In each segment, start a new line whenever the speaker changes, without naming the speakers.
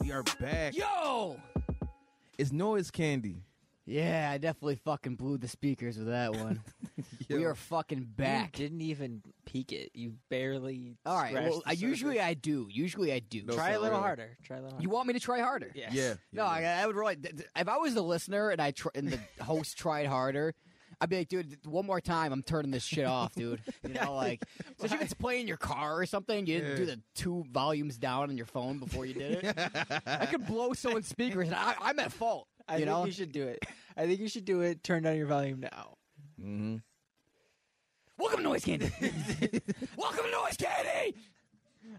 We are back.
Yo!
It's noise candy.
Yeah, I definitely fucking blew the speakers with that one. we are fucking back.
You didn't even peek it. You barely.
All right.
scratched
Well,
the
I, usually
surface.
I do. Usually I do.
No,
Try-
try a
Sorry.
little harder. Try a little. Harder.
you want me to try harder?
Yes.
Yeah.
No, I, I would really. th- th- If I was the listener and I tr- and the host tried harder, I'd be like, dude, th- one more time, I'm turning this shit off, dude. You know, like, especially if it's playing in your car or something, you didn't do the two volumes down on your phone before you did it. I could blow someone's speakers, and I, I'm at fault.
I
you
think
know,
you should do it. I think you should do it. Turn down your volume now.
welcome to Noise Candy. welcome to Noise Candy.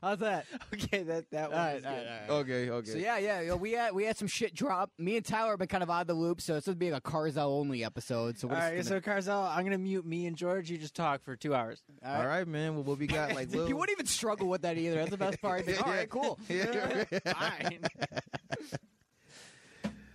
How's that?
Okay, that that
All
one.
right,
is
all
good.
right, all right.
Okay, okay.
So yeah, yeah, yeah, we had we had some shit drop. Me and Tyler have been kind of out of the loop, so this would be like a Carzell only episode. So we're
All
just
right,
gonna-
so Carzel, I'm gonna mute me and George. You just talk for two hours.
All right, man. Well, what we got like little
You wouldn't even struggle with that either. That's the best part. All right, cool.
Yeah.
Fine.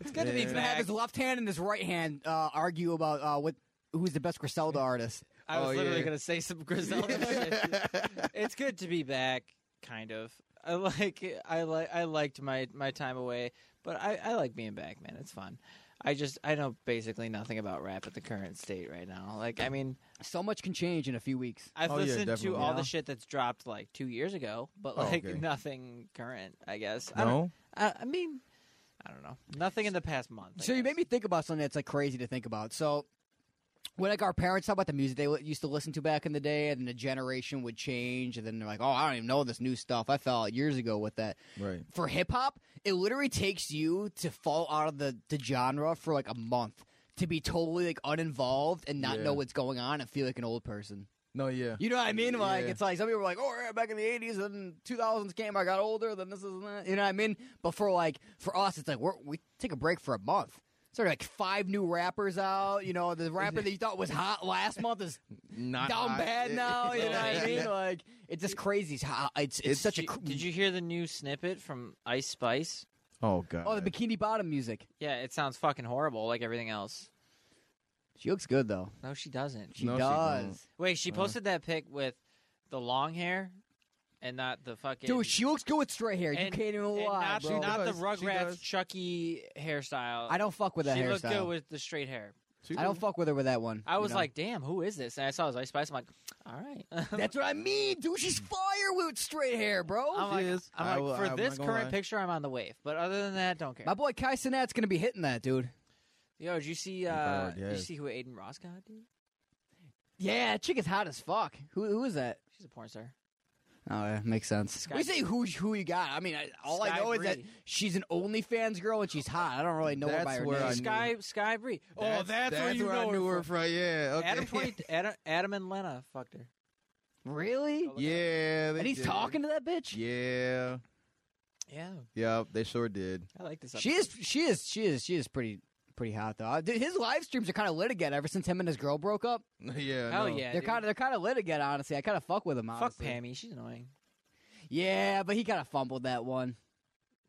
it's good to be
He's gonna have
back.
his left hand and his right hand uh, argue about uh, what who's the best Griselda artist.
I was
Oh,
literally
yeah.
gonna say some Griselda shit. It's good to be back, kind of. I like I like I liked my my time away, but I I like being back, man. It's fun. I just I know basically nothing about rap at the current state right now. Like I mean,
So much can change in a few weeks.
I've
Oh, yeah,
listened to
definitely.
all
Yeah.
the shit that's dropped like two years ago, but
Oh,
like
okay.
nothing current. I guess. I
No?
don't, I, I mean, I don't know. Nothing in the past month. I
So you
guess.
made me think about something that's like crazy to think about. So when like our parents talk about the music they li- used to listen to back in the day, and the generation would change, and then they're like, "Oh, I don't even know this new stuff. I fell out years ago with that."
Right.
For hip hop, it literally takes you to fall out of the the genre for like a month to be totally like uninvolved and not
Yeah.
know what's going on and feel like an old person.
No, yeah.
You know what I mean? Like
Yeah.
it's like some people were like, "Oh, yeah, back in the '80s and 2000s came, I got older, then this is that." You know what I mean? But for like for us, it's like we're, we take a break for a month. Sort of like five new rappers out. You know, the rapper that you thought was hot last month is
Not
down
hot.
bad now. You know what I
Yeah.
mean? Like it's just crazy. It's, how- it's, it's,
It's-
such a.
Did
cr-
you- Did you hear the new snippet from Ice Spice?
Oh god.
Oh, the Bikini Bottom music.
Yeah, it sounds fucking horrible, like everything else.
She looks good though.
No, she doesn't.
She Uh-huh.
No, she
does.
Wait, she posted that pic with the long hair and not the fucking
Dude, she looks good with straight hair. you
and-
can't even
and
lie,
Not,
bro.
not the
She does, she
Rugrats
does.
Chucky hairstyle.
I don't fuck with that
she looked
hairstyle.
good with the straight hair.
I don't fuck with her with that one.
I
you
was
know?
like, damn, who is this? And I saw it was Ice Spice. I'm like, all right. I'm
That's what I mean, dude. She's fire with straight hair, bro.
like,
is.
I'm
I
like,
will-
for
I'm
this
not gonna
current
lie.
picture, I'm on the wave. But other than that, don't care.
My boy Kai Sinat's gonna be hitting that, dude.
Yo, did you see?
I
Uh,
already
did you
has.
see who Aiden Ross got? Dude,
Yeah, that chick is hot as fuck. Who who is that?
she's a porn star.
Oh, yeah, makes sense. we say who who you got. I mean, I, all I
Sky
know is
Bree.
that she's an OnlyFans girl and she's hot. I don't really know her
That's
by her
where I
name.
knew-
Sky Sky Bree. Oh,
That's,
that's,
that's
where you know
I knew her
from.
from. Yeah. Okay.
Adam, 20, Adam, Adam and Lena fucked her.
Really?
yeah. They
And he's
did.
talking to that bitch.
Yeah.
Yeah,
Yep. They sure did.
I like this.
She is. She is. She is. She is pretty pretty hot though. Uh, Dude, his live streams are kind of lit again. Ever since him and his girl broke up,
yeah.
Hell
no.
yeah.
they're
dude.
kind of they're kind of lit again. Honestly, I kind of fuck with him.
Fuck
Honestly.
Pammy. She's annoying.
Yeah, but he kind of fumbled that one.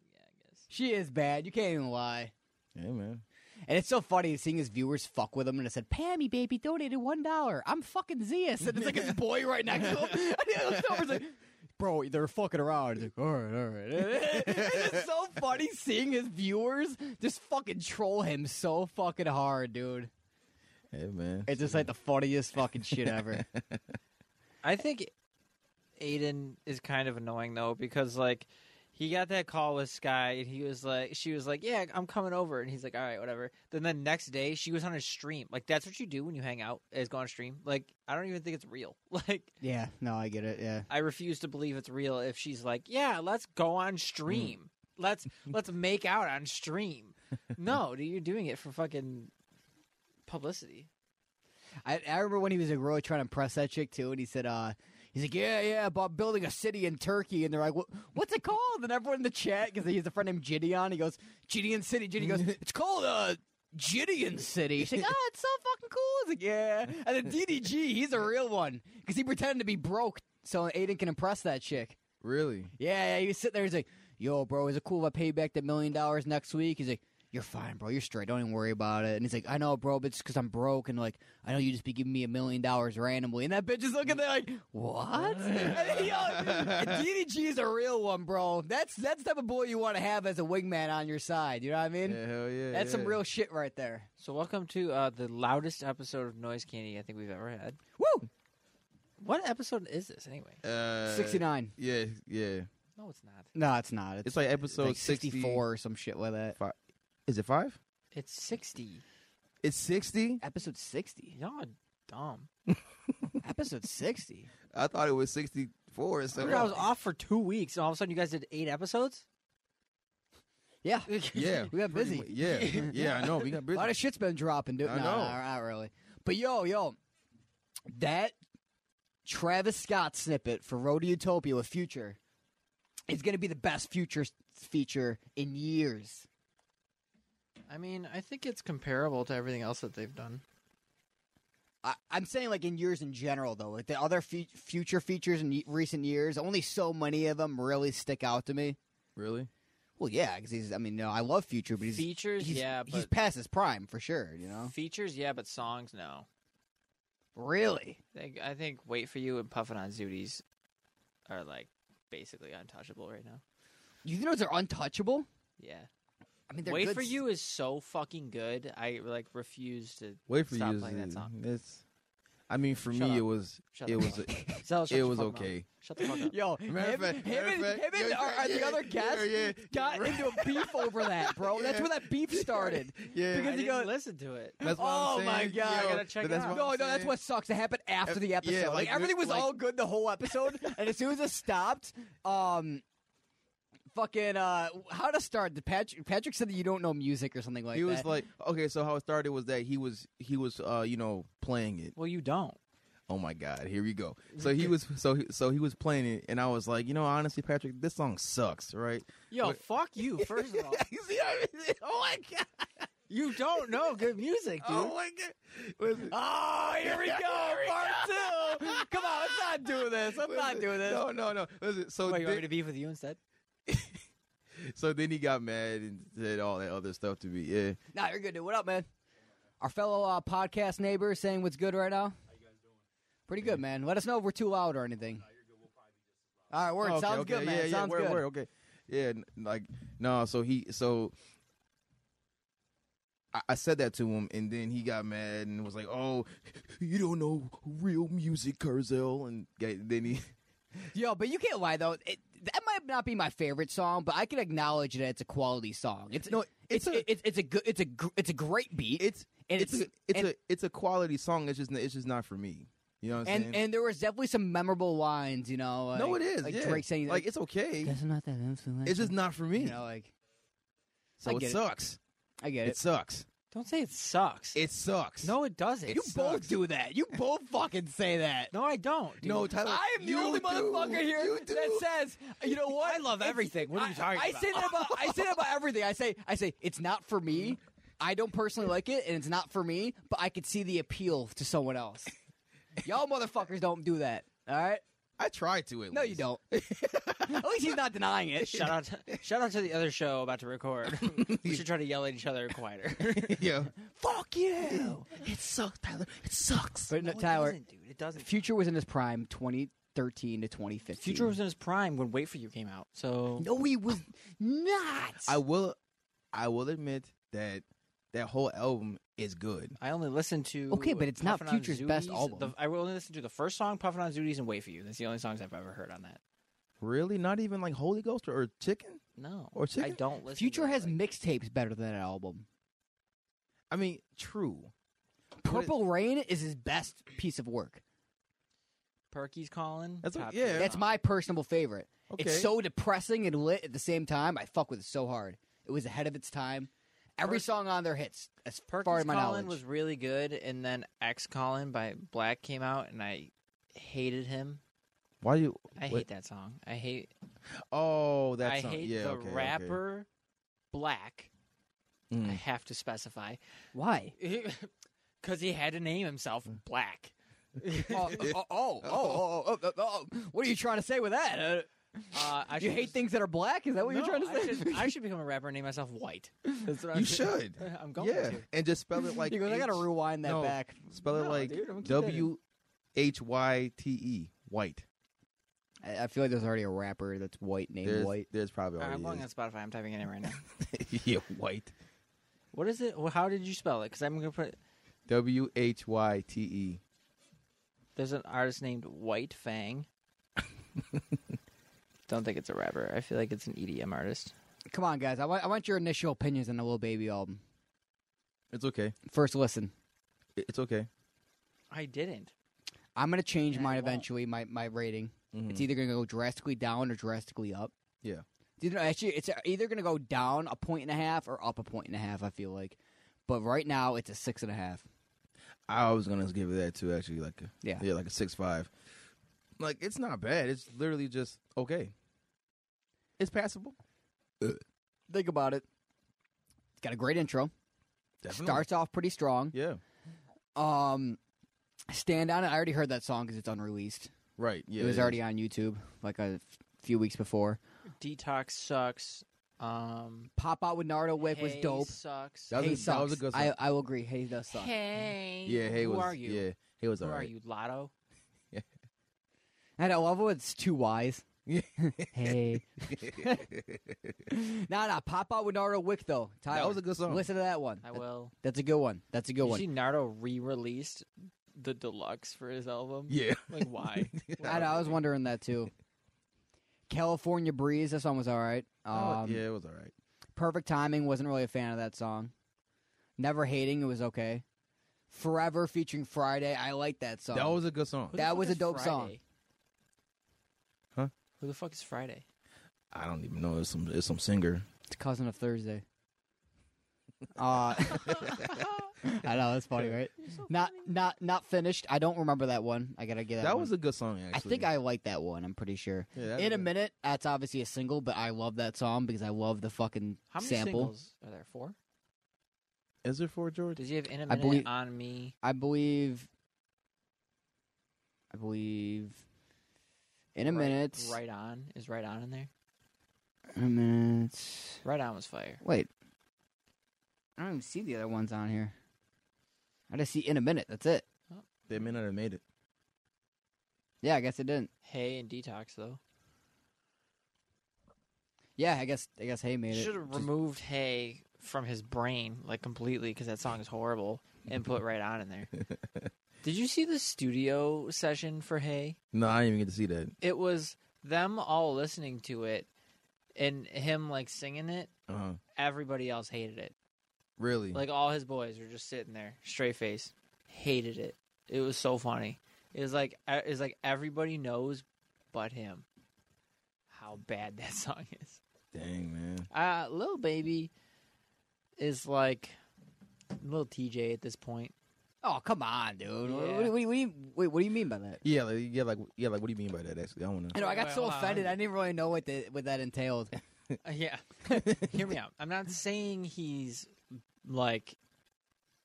Yeah, I guess.
She is bad. You can't even lie.
Yeah, man.
And it's so funny seeing his viewers fuck with him and it said, Pammy, baby, donated one dollar. I'm fucking Zeus. And it's like his boy right next to him. And he looks over and like, Bro, they're fucking around. He's like, all right, all right. And it's so funny seeing his viewers just fucking troll him so fucking hard, dude.
Hey, man.
It's just like the funniest fucking shit ever.
I think Aiden is kind of annoying though because like He got that call with Sky, and he was like, she was like, yeah, I'm coming over, and he's like, all right, whatever. Then the next day, she was on a stream. Like that's what you do when you hang out is go on a stream. Like I don't even think it's real. Like
Yeah, no, I get it. Yeah.
I refuse to believe it's real if she's like, "Yeah, let's go on stream. Let's let's make out on stream." No, dude, you're doing it for fucking publicity.
I, I remember when he was like, really trying to impress that chick too, and he said, uh, he's like, yeah, yeah, about building a city in Turkey, and they're like, what, what's it called? And everyone in the chat, because he has a friend named Gideon, he goes, Gideon City, Gideon goes, it's called uh, Gideon City. She's like, oh, it's so fucking cool. It's like, yeah. And then DDG, he's a real one, because he pretended to be broke so Aiden can impress that chick.
Really?
Yeah, yeah, he was sitting there, he's like, yo, bro, is it cool if I pay back that million dollars next week? He's like, you're fine, bro. You're straight. Don't even worry about it. And he's like, I know, bro, but it's because I'm broke. And like, I know you just be giving me a million dollars randomly. And that bitch is looking there like, what? and, yo, and DDG is a real one, bro. That's that's the type of boy you want to have as a wingman on your side. You know what I mean?
Yeah, hell yeah.
that's some
yeah.
real shit right there.
So, welcome to uh, the loudest episode of Noise Candy I think we've ever had.
Woo!
What episode is this anyway?
Uh,
69.
Yeah, yeah.
No, it's not.
No, it's not. It's,
It's like episode
like 64 or some shit like that.
Five. Is it five?
It's 60.
It's sixty.
Episode 60.
Y'all are dumb.
Episode 60.
I thought it was sixty-four. So
Dude, I was off for 2 weeks and all of a sudden you guys did 8 episodes?
Yeah.
Yeah,
We got
pretty
busy.
mu- Yeah, yeah. I know. We got
A
busy.
lot of shit's been dropping, dude.
I
no,
know.
no, not really. But yo, yo, that Travis Scott snippet for Road to Utopia with Future is going to be the best Future s- feature in years.
I mean, I think it's comparable to everything else that they've done.
I, I'm saying like in years in general, though. Like the other fe- Future features in ye- recent years, only so many of them really stick out to me.
really?
Well, yeah, because he's. I mean, no, I love Future, but he's
Features,
he's-
yeah,
he's
but-
past his prime for sure. You know,
Features, yeah, but songs, no.
really.
think I think Wait for You and Puffin on Zooties are like basically untouchable right now.
You know, they're untouchable.
Yeah.
I mean, they're
Wait
good
for
s-
You is so fucking good. I like refuse to
Wait for
Stop
you.
playing that song.
It's. I mean, for
Shut
me,
up.
it was.
shut
It
the
was.
fuck
a-
up. Zell, shut
it
the
was
fuck up.
okay.
Shut the fuck up.
Yo, him,
Matter of
him,
fact- matter
and,
of fact,
him and
yeah,
our, our- the
yeah,
other
yeah,
guest
yeah,
got
right.
into a beef over that, bro. That's
Yeah.
where that beef started.
Yeah.
I
Because
didn't
he goes,
listen to it.
That's what I'm
Oh, my
saying.
God, I
Yo,
gotta check
but
it
that's
out.
what
no,
I'm
no, that's
saying.
what sucks. It happened after the
Yeah,
episode. like,
like,
everything was
like-
all good the whole episode, and as soon as it stopped, um, fucking uh, how to start? The Patrick Patrick said that you don't know music or something like
he
that.
was like, okay, so how it started was that he was he was uh you know playing it.
Well, you don't.
Oh my god, here we go. So he was so he, so he was playing it, and I was like, you know, honestly, Patrick, this song sucks, right?
Yo,
Wait.
fuck you. First of all,
You see how I mean? Oh my god!
you don't know good music, dude.
Oh my god! Listen,
oh, here we go, part two. Come on, let's not do this. Let's not
listen,
do this.
No, no, no. Listen, so
Wait, you want me
then-
to beef with you instead?
so then he got mad and said all that other stuff to me. Yeah,
Nah, you're good, dude. What up, man? Our fellow uh, podcast neighbor is saying what's good right now. How you guys doing? Pretty good, man. Let us know if we're too loud or anything. All right, word.
Okay,
Sounds
okay,
good, man.
Yeah, yeah,
Sounds
word,
good.
word, okay, yeah, n- like no. So he so. I- I said that to him, and then he got mad and was like, "Oh, you don't know real music, Curzel." And ga- then he,
Yo, but you can't lie though. It, that might not be my favorite song, but I can acknowledge that it's a quality song. It's
No, it's
it's it's
a-
it's, a good it's a gr- it's a great beat.
it's
and
it's,
it's-
a, it's
and-
a it's a quality song. It's just it's just not for me. You know what I'm
and
saying?
and there was definitely some memorable lines, you know. Like,
no, it is.
like
yeah.
Drake saying
like it's okay.
"Guess I'm not that influential."
It's just not for me.
you know, like
so
I
it
get it.
sucks.
I get
It.
it.
sucks.
Don't say it sucks.
It sucks.
no, it doesn't.
you both do that. You both fucking say that.
No, I don't. Dude.
no, Tyler.
I am the
you
only
do.
motherfucker here
You do.
that says, you know what?
I love
It's-
everything. What are you
I-
talking
I,
about?
say that about I say that about everything. I say I say it's not for me. I don't personally like it, and it's not for me. But I could see the appeal to someone else. Y'all motherfuckers don't do that. All right?
I try to it.
No, you don't. At least he's not denying it.
Shout out! To, shout out to the other show about to record. we should try to yell at each other quieter.
yeah.
Fuck you.
It sucks, Tyler. It sucks.
But no,
No, it
Tyler,
doesn't, dude. It doesn't.
Future was in his prime, 2013 to 2015.
Future was in his prime when Wait for You came out. So
no, he was not.
I will. I will admit that that whole album is good.
I only listened to
Okay, but it's not
Puffin on
Future's best
Zooties.
album.
The, I only listened to the first song, Puffin on Zooties and Wait for You. That's the only songs I've ever heard on that.
Really? Not even like Holy Ghost or, or Chicken?
No,
Or
I
chicken?
don't listen.
Future
to
has
like,
mixtapes better than that album.
I mean, true. But it-
Purple Rain is his best piece of work.
Perky's calling.
That's what-
Pop
yeah.
That's my personal favorite.
Okay.
It's so depressing and lit at the same time. I fuck with it so hard. It was ahead of its time. Every
Perk-
song on there hits, as
Perky's
far as my
Calling
knowledge.
was really good, and then X Calling by Black came out, and I hated him.
Why do you?
I
what-
hate that song. I hate.
Oh, that
I
song.
hate
yeah,
the
okay, okay.
rapper Black. I
Mm.
have to specify
Why?
because he had to name himself
Mm.
Black.
oh, oh, oh, oh, oh, oh, oh, oh, oh. What are you trying to say with that? Uh,
Uh, I
you
should
hate
just-
things that are black? Is that what
No,
you're trying to
I
say?
should, I should become a rapper and name myself White. That's what
You
I'm
should.
I'm going
yeah, Oh,
to.
and just spell it like.
you go, I gotta
H-
rewind that
no,
back.
Spell it
No,
like
dude, I'm gonna keep that in.
W H Y T E white.
I, I feel like there's already a rapper that's white named
There's,
White.
there's probably
All right, I'm
already
going on
is.
Spotify. I'm typing it in right now.
yeah, white.
What is it? Well, How did you spell it? Because I'm gonna put.
W H Y T E.
There's an artist named White Fang. Don't think it's a rapper. I feel like it's an EDM artist.
Come on, guys. I want, I want your initial opinions on the Little Baby album.
It's okay.
First listen.
It- It's okay.
I didn't.
I'm gonna change
Yeah,
mine
you won't.
eventually. My my rating.
Mhm.
It's either gonna go drastically down or drastically up.
Yeah.
It's Either, actually, it's either gonna go down a point and a half or up a point and a half. I feel like, but right now it's a six and a half.
I was gonna give it that too. Actually, like a,
Yeah.
yeah, like a six five. Like it's not bad. It's literally just okay. It's passable.
Think about it. It's got a great intro.
Definitely.
Starts off pretty strong.
Yeah.
Um, stand on it. I already heard that song because it's unreleased.
Right. Yeah.
it was
is.
already on YouTube like a f- few weeks before.
Detox sucks. Um,
Pop out with Nardo Wick was
Hey
dope.
Sucks.
That was
hey
a-
sucks.
that was a good
I,
song.
I will agree. Hey does suck.
Hey.
Yeah. Hey
Who
was.
are you?
Yeah. He was
Who are
alright.
you? Lotto.
And I love when it's two Y's.
Yeah.
hey. nah, nah. Pop out with Nardo Wick, though. Tyler,
That was a good song.
Listen to that one.
I
That-
will.
That's a good one. That's a good
you
one.
see, Nardo re-released the deluxe for his album.
Yeah.
Like why?
I, know, I was wondering that, too. California Breeze. This one was all right.
Oh,
Um,
yeah. It was all right.
Perfect Timing. Wasn't really a fan of that song. Never Hating. It was okay. Forever featuring Friday. I like that song.
That was a good song.
Who the
That
fuck
was a
is
dope song.
Friday?
Huh?
Who the fuck is Friday?
I don't even know. It's some. It's some singer.
It's cousin of Thursday. Uh, I know that's funny, right? Not not not finished. I don't remember that one. I gotta get that.
That was a good song.
I
Actually.
think I like that one. I'm pretty sure.
Yeah, that
In
was
a minute, that's obviously a single, but I love that song because I love the fucking
How many
sample.
singles are there? Four.
Is it for George?
Does he have in a
I
minute
believe-
on me?
I believe. I believe. In a
Right-
minute.
Right on is right on in there.
In a minute.
Right on was fire.
Wait. I don't even see the other ones on here. I just see in a minute. That's it.
They may not have made it.
Yeah, I guess it didn't.
Hey and detox though.
Yeah, I guess I guess Hay made it.
Should have removed hey from his brain like completely because that song is horrible and put right on in there. Did you see the studio session for hey?
No, I didn't even get to see that.
It was them all listening to it and him like singing it.
Uh huh.
Everybody else hated it.
Really?
Like all his boys were just sitting there, straight face, hated it. It was so funny. It was like e, it was like everybody knows, but him, how bad that song is.
Dang man.
Uh little baby is like little TJ at this point.
Oh come on, dude! What,
Yeah.
what, do you- what do you wait, what do you mean by that?
Yeah. Like, yeah. Like. Yeah. Like. What do you mean by that? Actually, I want
You
to.
know, I got
Wait,
so
hold on.
offended. I didn't really know what the, what that entailed.
Uh, yeah, hear me out. I'm not saying he's like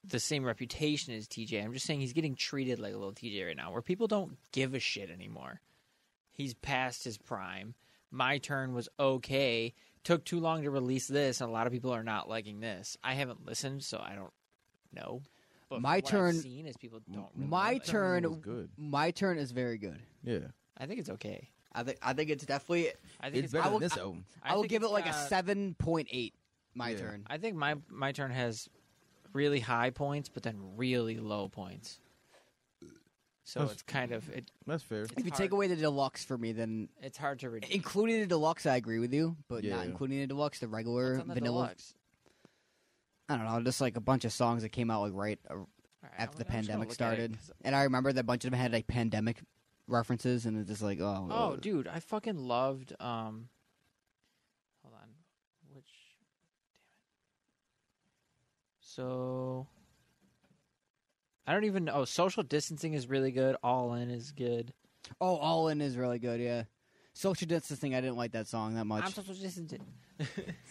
the same reputation as TJ. I'm just saying he's getting treated like a little TJ right now, where people don't give a shit anymore. He's past his prime. My turn was okay. Took too long to release this, and a lot of people are not liking this. I haven't listened, so I don't know. But from
My
what I've
turn-
seen is people don't. Really
My
like it.
turn.
was good.
My turn is very good.
Yeah.
I think it's okay.
I think I think it's definitely.
I think
It's
it's.
better
I will-
than this album.
I, will
think
give it
it's
like a
got-
seven point eight. My
Yeah.
turn.
I think my my turn has really high points, but then really low points. So
That's-
it's kind of it,
That's fair.
it's
If you
hard,
take away the deluxe for me, then
it's hard to redeem.
including the deluxe, I agree with you, but
Yeah.
not including the deluxe, the
What's
regular
on the
vanilla.
deluxe?
I don't know, just like a bunch of songs that came out like right uh,
All right,
after the
I'm gonna- I'm just gonna
pandemic
look at it,
started,
'cause-
and I remember that a bunch of them had like pandemic references, and it's just like, oh,
Oh,
uh,
dude, I fucking loved. Um, hold on, which, damn it. So, I don't even. know. social distancing is really good. All in is good.
oh, All In is really good, yeah. Social distancing, I didn't like that song that much.
social distancing.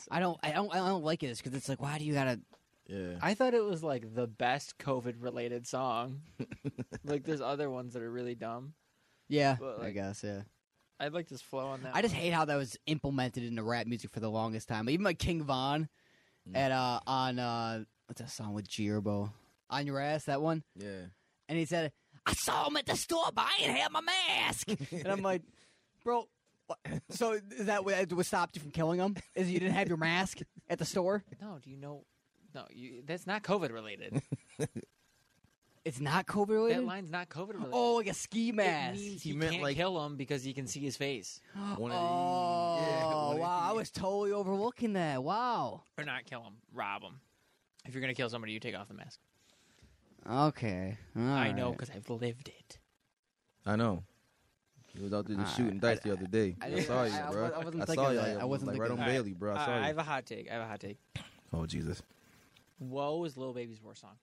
I don't, I don't, I don't like it because it's like, why do you gotta?
Yeah.
I thought it was like the best COVID related song. like there's other ones that are really dumb.
Yeah,
But,
I
like,
guess, yeah.
I like this flow on that.
I just
one.
hate how that was implemented into rap music for the longest time. Even like King Von at uh on uh what's that song with Jirbo? On your ass, that one?
Yeah.
And he said, I saw him at the store, but I ain't had my mask. and I'm like, Bro, what? so is that what what stopped you from killing him? Is you didn't have your mask at the store?
No, do you know? No, you, that's not COVID related.
It's not COVID related?
that line's not COVID related.
Oh, like a ski
it
mask.
means
He
he,
meant,
can't
like-
kill him because you can see his face.
One of
Oh,
these. Yeah, one of
wow. I
these.
was totally overlooking that. Wow.
Or not kill him, rob him. If you're gonna kill somebody, you take off the mask.
Okay.
I
alright.
know because I've lived it.
I know. He was out there just
Alright,
shooting dice the other day. I,
I-
saw
I-
you,
I
bro.
wa- I wasn't
saw
thinking
you.
that. I
like,
wasn't
like, right
thinking
on
that.
Bailey, bro. I saw you.
have a hot take. I have a hot take.
Oh Jesus.
Whoa is Lil Baby's war song.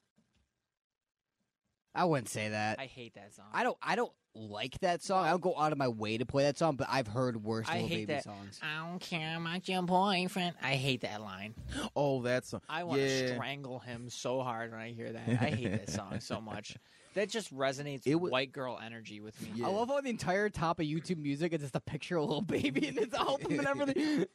I wouldn't say that.
I hate that song.
I don't. I don't like that song. I don't go out of my way to play that song, but I've heard worse
I
Lil
hate
Baby
that.
songs.
I don't care about your boyfriend. I hate that line.
Oh, that song.
I want
yeah.
to strangle him so hard when I hear that. I hate that song so much. That just resonates
It wa-
with white girl energy with me.
Yeah.
I love how the entire top of YouTube music is just a picture of a little baby and his album and everything.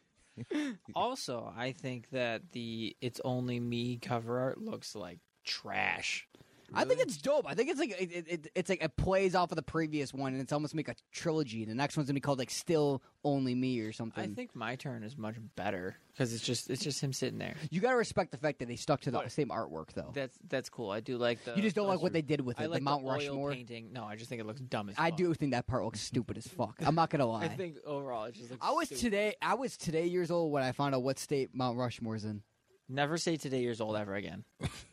Also, I think that the "It's Only Me" cover art looks like trash.
I think it's dope. I think it's like it, it- it, it's like it plays off of the previous one, and it's almost like a trilogy. The next one's gonna be called like "Still Only Me" or something.
I think my turn is much better because it's just it's just him sitting there.
you gotta respect the fact that they stuck to the
What?
same artwork, though.
That's that's cool. I do like the.
you just don't like what they did with
I
it.
like
the Mount
oil
Rushmore.
painting. No, I just think it looks dumb as.
I
fuck.
do think that part looks stupid as fuck. I'm not gonna lie.
I think overall it just looks.
I was
stupid.
today. I was today years old when I found out what state Mount Rushmore's in.
Never say today years old ever again.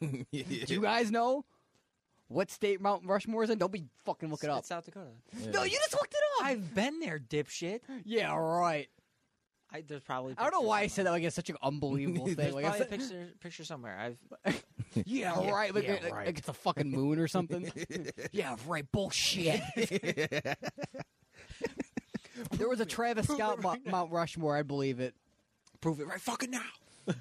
Do you guys know what state Mount Rushmore's in? Don't be fucking looking
It's-
up.
It's South Dakota.
No, you just looked it up.
I've been there, dipshit.
yeah, right.
I, there's probably.
I don't know
pictures
why I said
somewhere.
that like it's such an unbelievable thing.
There's
Like, I
probably a
said,
picture, picture somewhere. I've
yeah,
Yeah,
right. Like,
yeah,
like-
right.
like it's a fucking moon or something. yeah, right. Bullshit. there was a Travis Scott Mo- Mount Rushmore. I believe it.
prove it right fucking now.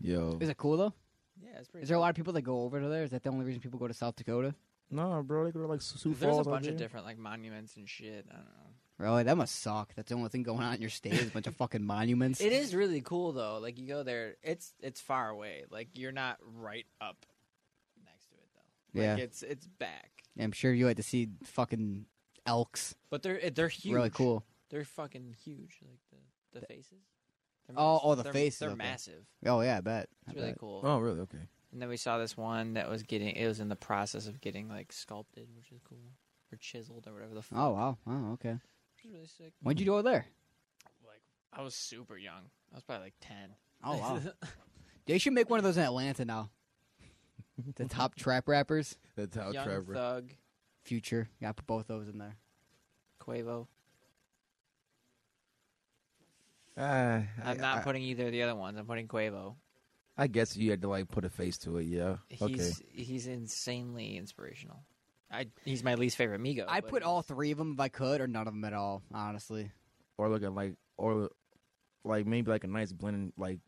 Yo.
Is it cool though?
Yeah, it's pretty.
Is there a lot of people that go over to there? Is that the only reason people go to South Dakota?
No, bro. They go to like Sioux
There's a
Falls out
bunch of
there.
different like monuments and shit. I don't know.
Really, that must suck. That's the only thing going on in your state is a bunch of fucking monuments.
It is really cool though. Like you go there, it's it's far away. Like you're not right up next to it though.
Yeah.
Like it's it's back.
I'm sure you like to see fucking elks.
But they're eh, they're huge.
Really cool.
They're fucking huge. Like the the faces. They're
Oh,
massive.
oh, the
They're-
faces,
They're
okay.
massive.
Oh yeah, I bet. I
It's really
bet.
cool.
Oh, really? Okay.
And then we saw this one that was getting. It was in the process of getting like sculpted, which is cool, or chiseled, or whatever the. Fuck.
Oh wow. Oh okay.
Which is really sick.
When'd you go there?
Like I was super young. I was probably like ten.
Oh wow. they should make one of those in Atlanta now. the top trap rappers.
That's how
Young
Trevor.
Thug,
Future. Yeah, put both those in there.
Quavo.
Ah, I,
I'm not
I,
putting either of the other ones. I'm putting Quavo.
I guess you had to like put a face to it. Yeah. Okay.
He's he's insanely inspirational. I he's my least favorite Migo.
I
but
put all
he's-
three of them if I could, or none of them at all. Honestly.
Or look at like or like maybe like a nice blend like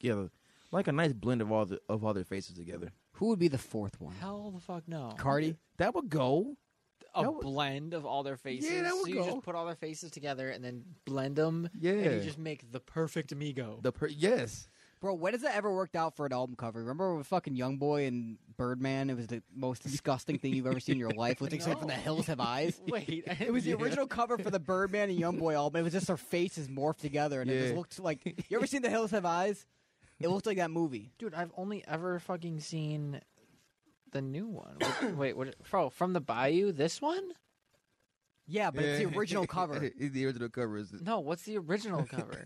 yeah like a nice blend of all the of all their faces together.
Who would be the fourth one?
Hell the fuck no.
Cardi.
That would go.
a
that would-
blend of all their faces.
that
so
would
you
go.
just put all their faces together and then blend them. And
Yeah.
you just make the perfect Migo.
The per- yes.
Bro, when has that ever worked out for an album cover? Remember with fucking YoungBoy and Birdman? It was the most disgusting thing you've ever seen in your life, with except for the
No.
Hills Have Eyes.
Wait, I-
It was the original cover for the Birdman and YoungBoy album. It was just their faces morphed together, and it
Yeah.
just looked like. You ever seen The Hills Have Eyes? It looked like that movie.
dude. I've only ever fucking seen the new one. What- Wait, what? Oh, from the Bayou. This one?
Yeah, but it's the
Yeah.
original cover.
It's the original cover is
No. What's the original cover?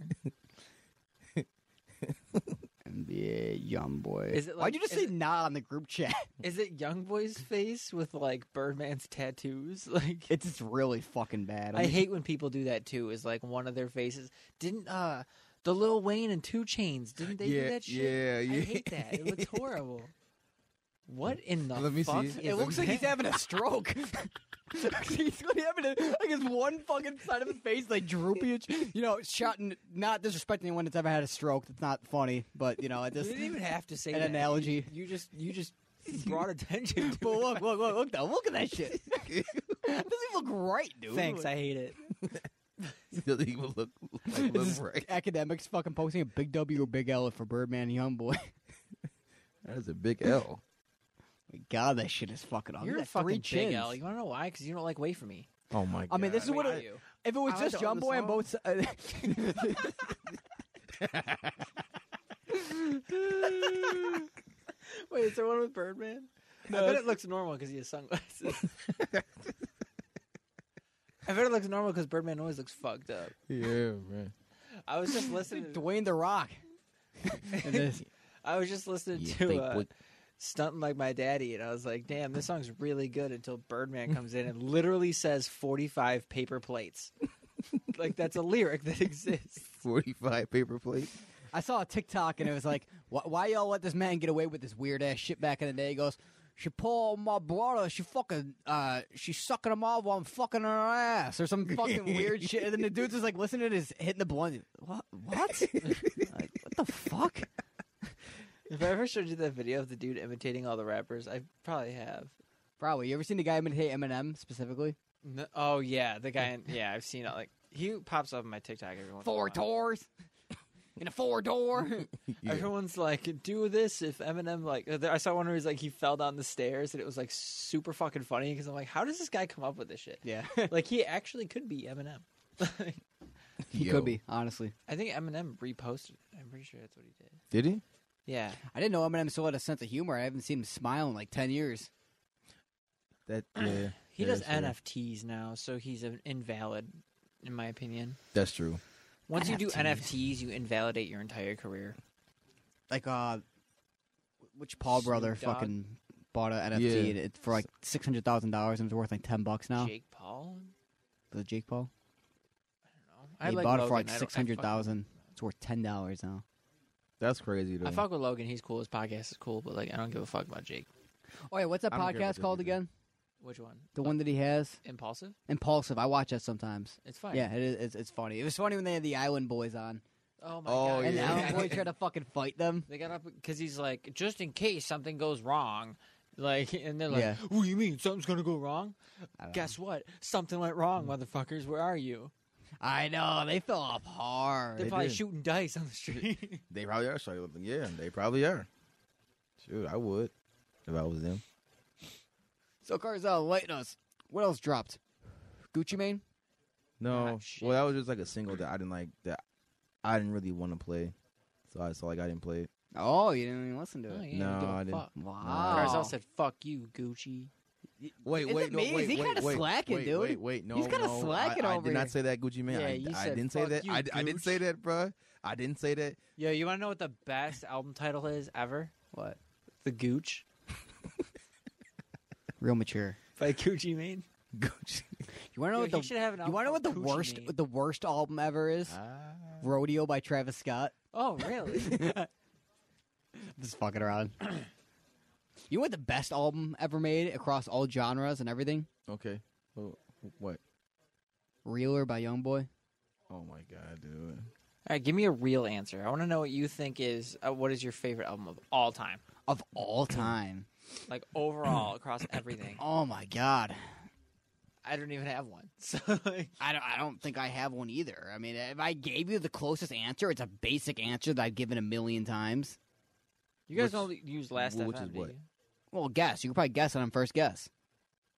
NBA young boy.
Is it
Why'd
like-
you just
is
say
it-
nah on the group chat?
Is it YoungBoy's face with like Birdman's tattoos? Like
It's just really fucking bad.
I
mean,
hate when people do that too. Is like one of their faces didn't uh the Lil Wayne and Two Chains didn't they
yeah,
do that shit?
yeah, yeah.
I hate that. It looks horrible. What in the
Let me
fuck?
see.
is
It looks like he's
that?
having a stroke. he's really having a, like his one fucking side of his face like droopy. and sh- You know, shot and not disrespecting anyone that's ever had a stroke. That's not funny, but you know, I
You
just.
didn't even have to say
An
that.
analogy.
You, you just you just brought attention to
But
it.
look, look, look, look, though, look at that shit. It doesn't even look right, dude.
Thanks, I hate it.
It doesn't even look like
This
look
is
right.
academics fucking posting a big W or big L for Birdman Young Boy.
That's a big L.
God, that shit is fucking. awful.
You're a
Look at that three
fucking big
chins.
L. You wanna know why? Because you don't like wait for me.
Oh my
I mean, this is
Wait
what.
for
It,
you.
if it was
I like
just
to own
Young
the
Boy on
song.
both sides.
Wait, is there one with Birdman? I bet it looks normal because he has sunglasses. I bet it looks normal because Birdman always looks fucked up.
yeah, man.
I was just listening. To,
Dwayne the Rock. and this.
I was just listening
You
to
think
uh,
what-
"Stunting Like My Daddy," and I was like, "Damn, this song's really good." Until Birdman comes in and literally says "45 paper plates," like that's a lyric that exists.
Forty-five paper plates.
I saw a TikTok and it was like, why, why y'all let this man get away with this weird ass shit back in the day? He goes, she pulled my brother, she fucking, uh, she's sucking him off while I'm fucking her ass or some fucking weird shit. And then the dude's just like listening to this, hitting the blunt. What? What? like, what the fuck?
If I ever showed you that video of the dude imitating all the rappers, I probably have.
Probably. You ever seen the guy imitate Eminem specifically?
No, oh yeah, the guy. In, yeah, I've seen it. Like he pops up on my TikTok every once. in a
Four
while.
doors. In a four door.
Everyone's like, do this if Eminem like. uh, there- I saw one where he's like, he fell down the stairs, and it was like super fucking funny because I'm like, how does this guy come up with this shit?
yeah.
Like he actually could be Eminem.
he
Yo.
could be, honestly.
I think Eminem reposted. it. I'm pretty sure that's what he did.
Did he?
Yeah,
I didn't know Eminem still had a sense of humor. I haven't seen him smile in like 10 years.
That yeah.
he
yeah,
does
that's true.
NFTs now, so he's an invalid, in my opinion.
That's true.
Once you do
NFTs.
NFTs, you invalidate your entire career.
like uh which Paul
Snoop
brother
Dogg?
fucking bought a NFT
Yeah.
and it, for like six hundred thousand dollars and it's worth like ten bucks now.
Jake Paul.
The Jake Paul.
No. I
he
like
bought it for
Logan.
like
I don't- I
six hundred
fucking-
thousand. It's worth ten dollars now.
That's crazy though.
I fuck with Logan. He's cool. His podcast is cool, but like, I don't give a fuck about Jake.
Oh yeah, what's that
I don't care about
podcast
that
called
either.
again?
Which one?
The one that he has?
Impulsive.
Impulsive. I watch that sometimes.
It's fine.
Yeah, it is it's, it's funny. It was funny when they had the Island Boys on.
Oh my
Oh,
god.
And
yeah.
the Island Boy tried to fucking fight them.
They got up because he's like, just in case something goes wrong. Like, and they're like,
Yeah.
what do you mean? Something's going to go wrong?
I don't
Guess what? Something went wrong, motherfuckers. Where are you?
I know, they fell off
They're
hard.
probably
did.
shooting dice on the street.
They probably are starting with them. Yeah, they probably are. Shoot, I would if I was them.
So Carzell, lighten us. What else dropped? Gucci Mane?
No,
shit.
well, that was just like a single that I didn't like. That I didn't really want to play, so I saw like I didn't play it.
Oh, you didn't even listen to
Oh,
it.
you don't
No,
give a
I didn't.
Fuck.
Wow.
Carzal said, fuck you, Gucci.
Wait,
Isn't
wait,
it
no,
me? Is
wait,
he
wait,
kinda
wait,
slacking,
wait,
dude?
Wait, wait, no,
He's kinda
no,
slacking
I, I
over
did
here.
not say that, Gucci man.
Yeah,
I,
you
I
said,
didn't say
"Fuck
that.
you,
I, I didn't say
Gooch."
that, bruh. I didn't say that.
Yo, you want to know what the best album title is ever?
What?
The Gooch
Real mature.
by Gucci Mane.
Gucci.
You want to know
Yo,
what
he
the
should have an
you
album
want to know what the
called Gucci
worst
Mane.
the worst album ever is?
Ah.
Rodeo by Travis Scott.
Oh, really?
Just fucking around. you know what the best album ever made across all genres and everything?
Okay. Well, what?
Reeler by YoungBoy.
Oh my god, dude.
All right, give me a real answer. I want to know what you think is uh, what is your favorite album of all time,
Of all time.
like overall across everything.
Oh my god.
I don't even have one. So like,
I don't, I don't think I have one either. I mean, if I gave you the closest answer, it's a basic answer that I've given a million times.
you guys
Which-
don't use last
which
FM,
is
do
what?
you?
Well, guess. You could probably guess on first guess.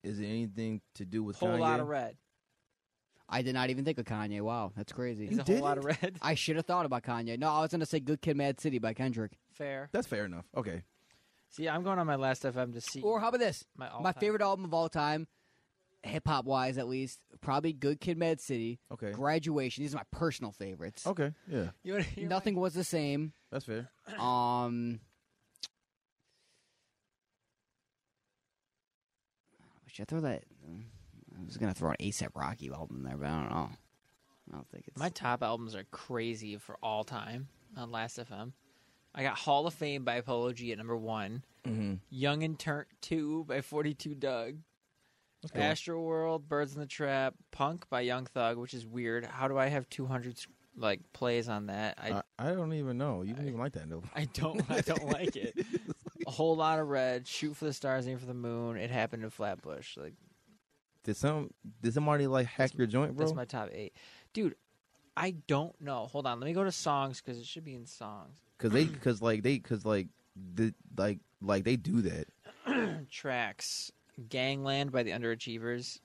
Is it anything to do with
Whole
Kanye?
lot of red.
I did not even think of Kanye. Wow, that's crazy.
He's a whole lot of red.
I should have thought about Kanye. No, I was going to say Good Kid, Mad City by Kendrick.
Fair.
That's fair enough. Okay.
See, I'm going on my last FM to see
Or how about this?
my
my
all-time-
favorite album of all time, hip hop wise at least, probably Good Kid, Mad City,
Okay.
Graduation. These are my personal favorites.
Okay. Yeah.
You wanna hear my-
Nothing was the same.
That's fair.
Um, should I throw that? I was gonna throw an ASAP Rocky album in there, but I don't know. I don't think it's
My top albums are crazy for all time on Last FM. I got Hall of Fame by Apology at number one,
Mm-hmm.
Young and Turnt two by Forty Two Doug,
cool.
Astro World, Birds in the Trap, Punk by Young Thug, which is weird. How do I have two hundred like plays on that? I
I, I don't even know. You didn't even like that, no.
I don't I don't like it. A whole lot of red. Shoot for the stars, aim for the moon. It happened in Flatbush. Like
Did some? Did somebody like hack your joint, bro?
that's my top eight, dude. I don't know. Hold on, let me go to songs because it should be in songs.
Because they, because like they, because like the like like they do that.
Tracks: "Gangland" by the Underachievers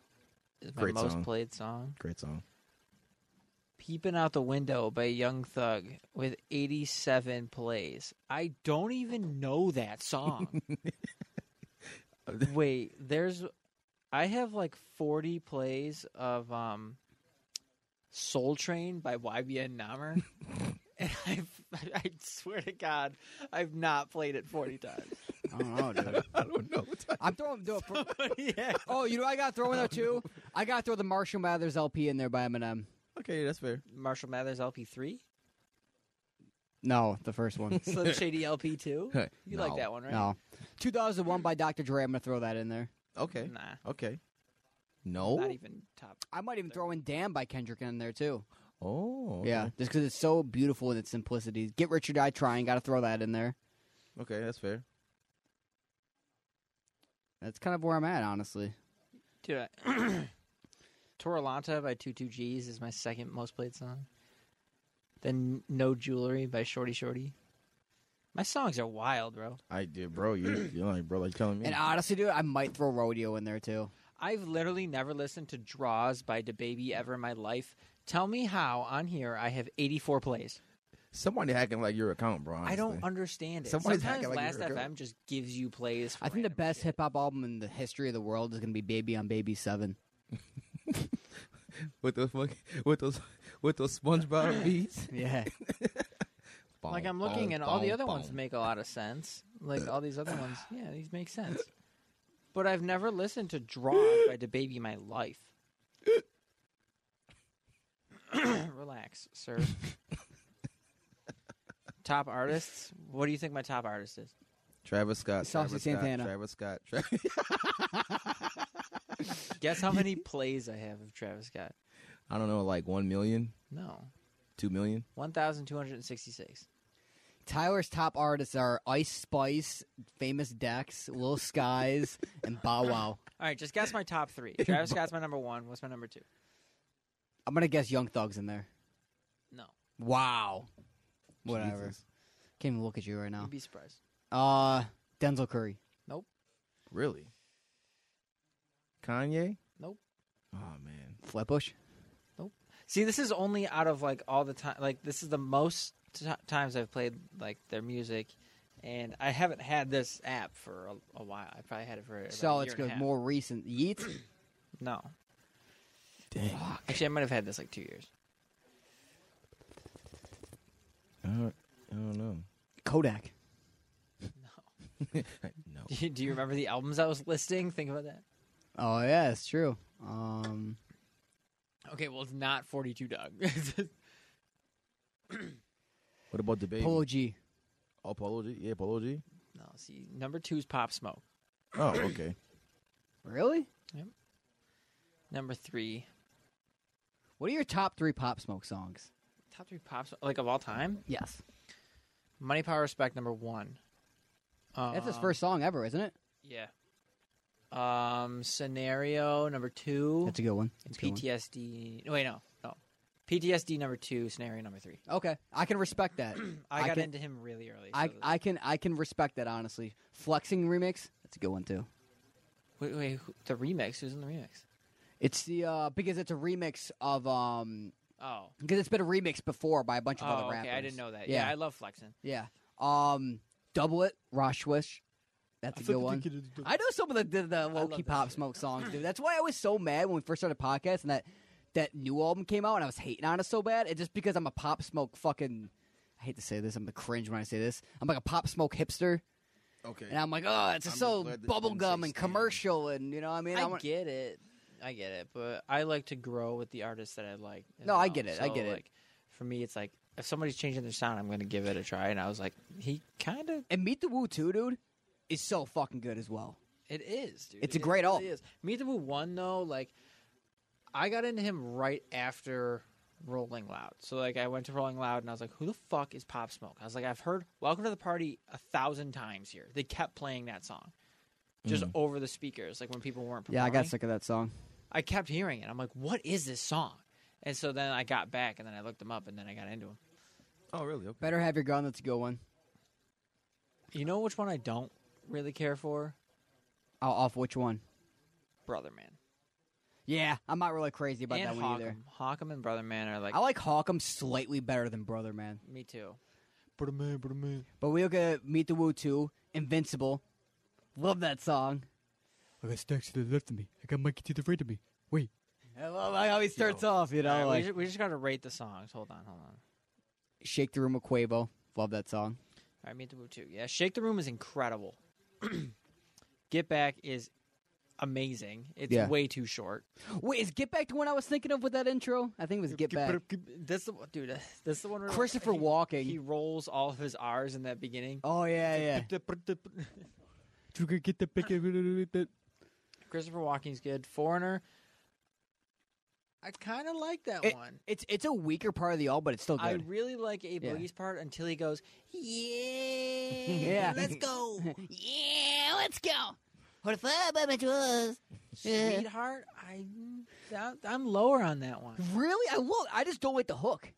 is my
Great
most
song.
played song.
Great song.
"Peeping Out the Window" by Young Thug with 87 plays. I don't even know that song. Wait, there's I have like 40 plays of um Soul Train by YBN Namor. and I've, I swear to God, I've not played it 40 times.
I don't know, dude.
I don't know. What type-
I'm throwing. Do it
yeah.
oh, you know what I got to throw in there too. I got to throw the Marshall Mathers LP in there by Eminem.
Okay, that's fair.
Marshall Mathers LP3?
No, the first one.
Slim Shady LP2? You like
No.
that one, right?
No, 2001 by Dr. Dre. I'm gonna throw that in there.
Okay.
Nah.
Okay. No.
Not even top.
I might even throw in "Damn" by Kendrick in there too.
Oh. okay.
Yeah, just because it's so beautiful in its simplicity. Get Rich or Die Trying. Got to throw that in there.
Okay, that's fair.
That's kind of where I'm at, honestly.
Dude, I... Torolanta by 22Gs is my second most played song. Then No Jewelry by Shorty Shorty. My songs are wild, bro.
I did, bro. You, you're like, bro, like telling me.
And honestly, dude, I might throw Rodeo in there too.
I've literally never listened to Draws by DaBaby ever in my life. Tell me how on here I have 84 plays.
Somebody hacking like your account, bro.
I don't
honestly.
understand it.
Somebody's
Sometimes
acting like
Last
you're a girl.
FM just gives you plays. for
I think the
random
best
shit.
hip hop album in the history of the world is going to be Baby on Baby Seven.
with those fuck- with those with those SpongeBob beats.
Yeah,
Oh,
Like I'm looking, and all the other ones make a lot of sense. Like all these other ones, yeah, these make sense. But I've never listened to Draws by DaBaby in my life. Relax, sir. top artists. What do you think my top artist is?
Travis Scott,
Saucy
Travis Scott,
Santana.
Travis Scott. Tra-
Guess how many plays I have of Travis Scott?
I don't know, like one million,
No.
two million.
1,266.
Tyler's top artists are Ice Spice, Famous Dex, Lil Skies, and Bow Wow.
All right, just guess my top three. Travis Scott's my number one. What's my number two?
I'm gonna guess Young Thug's in there.
No.
Wow, whatever.
Jesus.
Can't even look at you right now.
You'd be surprised.
Uh, Denzel Curry.
Really? Kanye?
Nope.
Oh man.
Flatbush.
See, this is only out of like all the time. Like this is the most t- times I've played like their music, and I haven't had this app for a, a while. I probably had it for like,
So
a
it's
year and a
good.
half.
More recent. Yeet.
No,
Dang.
actually, I might have had this like two years.
I don't, I don't know.
Kodak.
no.
Do you, do you remember the albums I was listing? Think about that.
Oh yeah, it's true. Um,
Okay, well, it's not Forty Two Doug.
What about the baby?
Polo G.
oh, Polo G? Yeah, Polo G.
no, see, number two is Pop Smoke.
Oh, okay.
Really?
Number three,
What are your top three Pop Smoke songs?
top three Pop Smoke, like of all time.
Yes,
Money, Power, Respect, number one. Um,
that's his first song ever, isn't it?
Yeah. Um, scenario number two.
That's a good one. That's a good one.
PTSD. Wait, no, no. PTSD number two, scenario number three.
Okay, I can respect that.
I,
I
got
can-
into him really early.
I
so-
I can I can respect that honestly. Flexing remix. That's a good one too.
wait, wait. who- The remix. Who's in the remix?
It's the uh because it's a remix of um
Oh,
because it's been a remix before by a bunch of
oh,
other
okay.
rappers.
I didn't know that. Yeah,
Yeah.
I love flexing.
Yeah. Um, double it. Rosh Wish. That's a good one. I know someone that did the Loki Pop Smoke songs, dude. That's why I was so mad when we first started podcast and that that new album came out and I was hating on it so bad. It's just because I'm a Pop Smoke fucking. I hate to say this. I'm gonna cringe when I say this. I'm like a Pop Smoke hipster,
Okay.
and I'm like, oh, it's
I'm just
so
glad that you didn't say
bubblegum and
Stan.
commercial, and you know, what I mean,
I
want-
get it. I get it, but I like to grow with the artists that I like. as
No, I
well.
get it, I
So,
get it.
Like, for me, it's like if somebody's changing their sound, I'm going to give it a try. And I was like, he kind of
and Meet the Woo too, dude. Is so fucking good as well.
It is, dude.
It's
It
a great
really
album.
Is. Meet the Woo one though, like I got into him right after Rolling Loud. So like I went to Rolling Loud and I was like, who the fuck is Pop Smoke? I was like, I've heard Welcome to the Party a thousand times here. They kept playing that song. Just over the speakers, like when people weren't performing.
Mm. Yeah, I got sick of that song.
I kept hearing it. I'm like, what is this song? And so then I got back and then I looked him up and then I got into him.
oh, really? Okay.
Better have your gun. That's a good one.
You know which one I don't really care for?
Oh, off which one?
Brother Man.
Yeah, I'm not really crazy about
and
that one either.
Hawkum. Hawkum and Brother Man are like,
I like Hawkum slightly better than Brother Man.
me too.
But we look at Meet the Woo 2, Invincible. Love that song.
I got stacks to the left of me. I got Mikey to the right of me. Wait,
I love how he starts off, you know,
All right,
like
we, just, we just gotta rate the songs. Hold on, hold on.
Shake the Room with Quavo. Love that song.
All right, Meet the Woo too. Yeah, Shake the Room is incredible. Get Back is amazing. It's
Yeah.
way too short.
Wait, is Get Back the one I was thinking of with that intro? I think it was Get Back.
That's the one- dude. that's- That's the one. Where
Christopher
he,
Walken.
He rolls all of his R's in that beginning.
Oh, yeah, yeah.
you could get the pick that
Christopher Walken's good. Foreigner. I kind of like that
It-
one.
It's it's a weaker part of the all, but it's still
I
good.
really like Abe
Yeah.
Boogie's part until he goes, "Yeah,
Yeah.
let's go,
yeah, let's go. What up, my jewels? Yeah.
sweetheart." I, I'm lower on that one.
Really? I look. I just don't like the hook.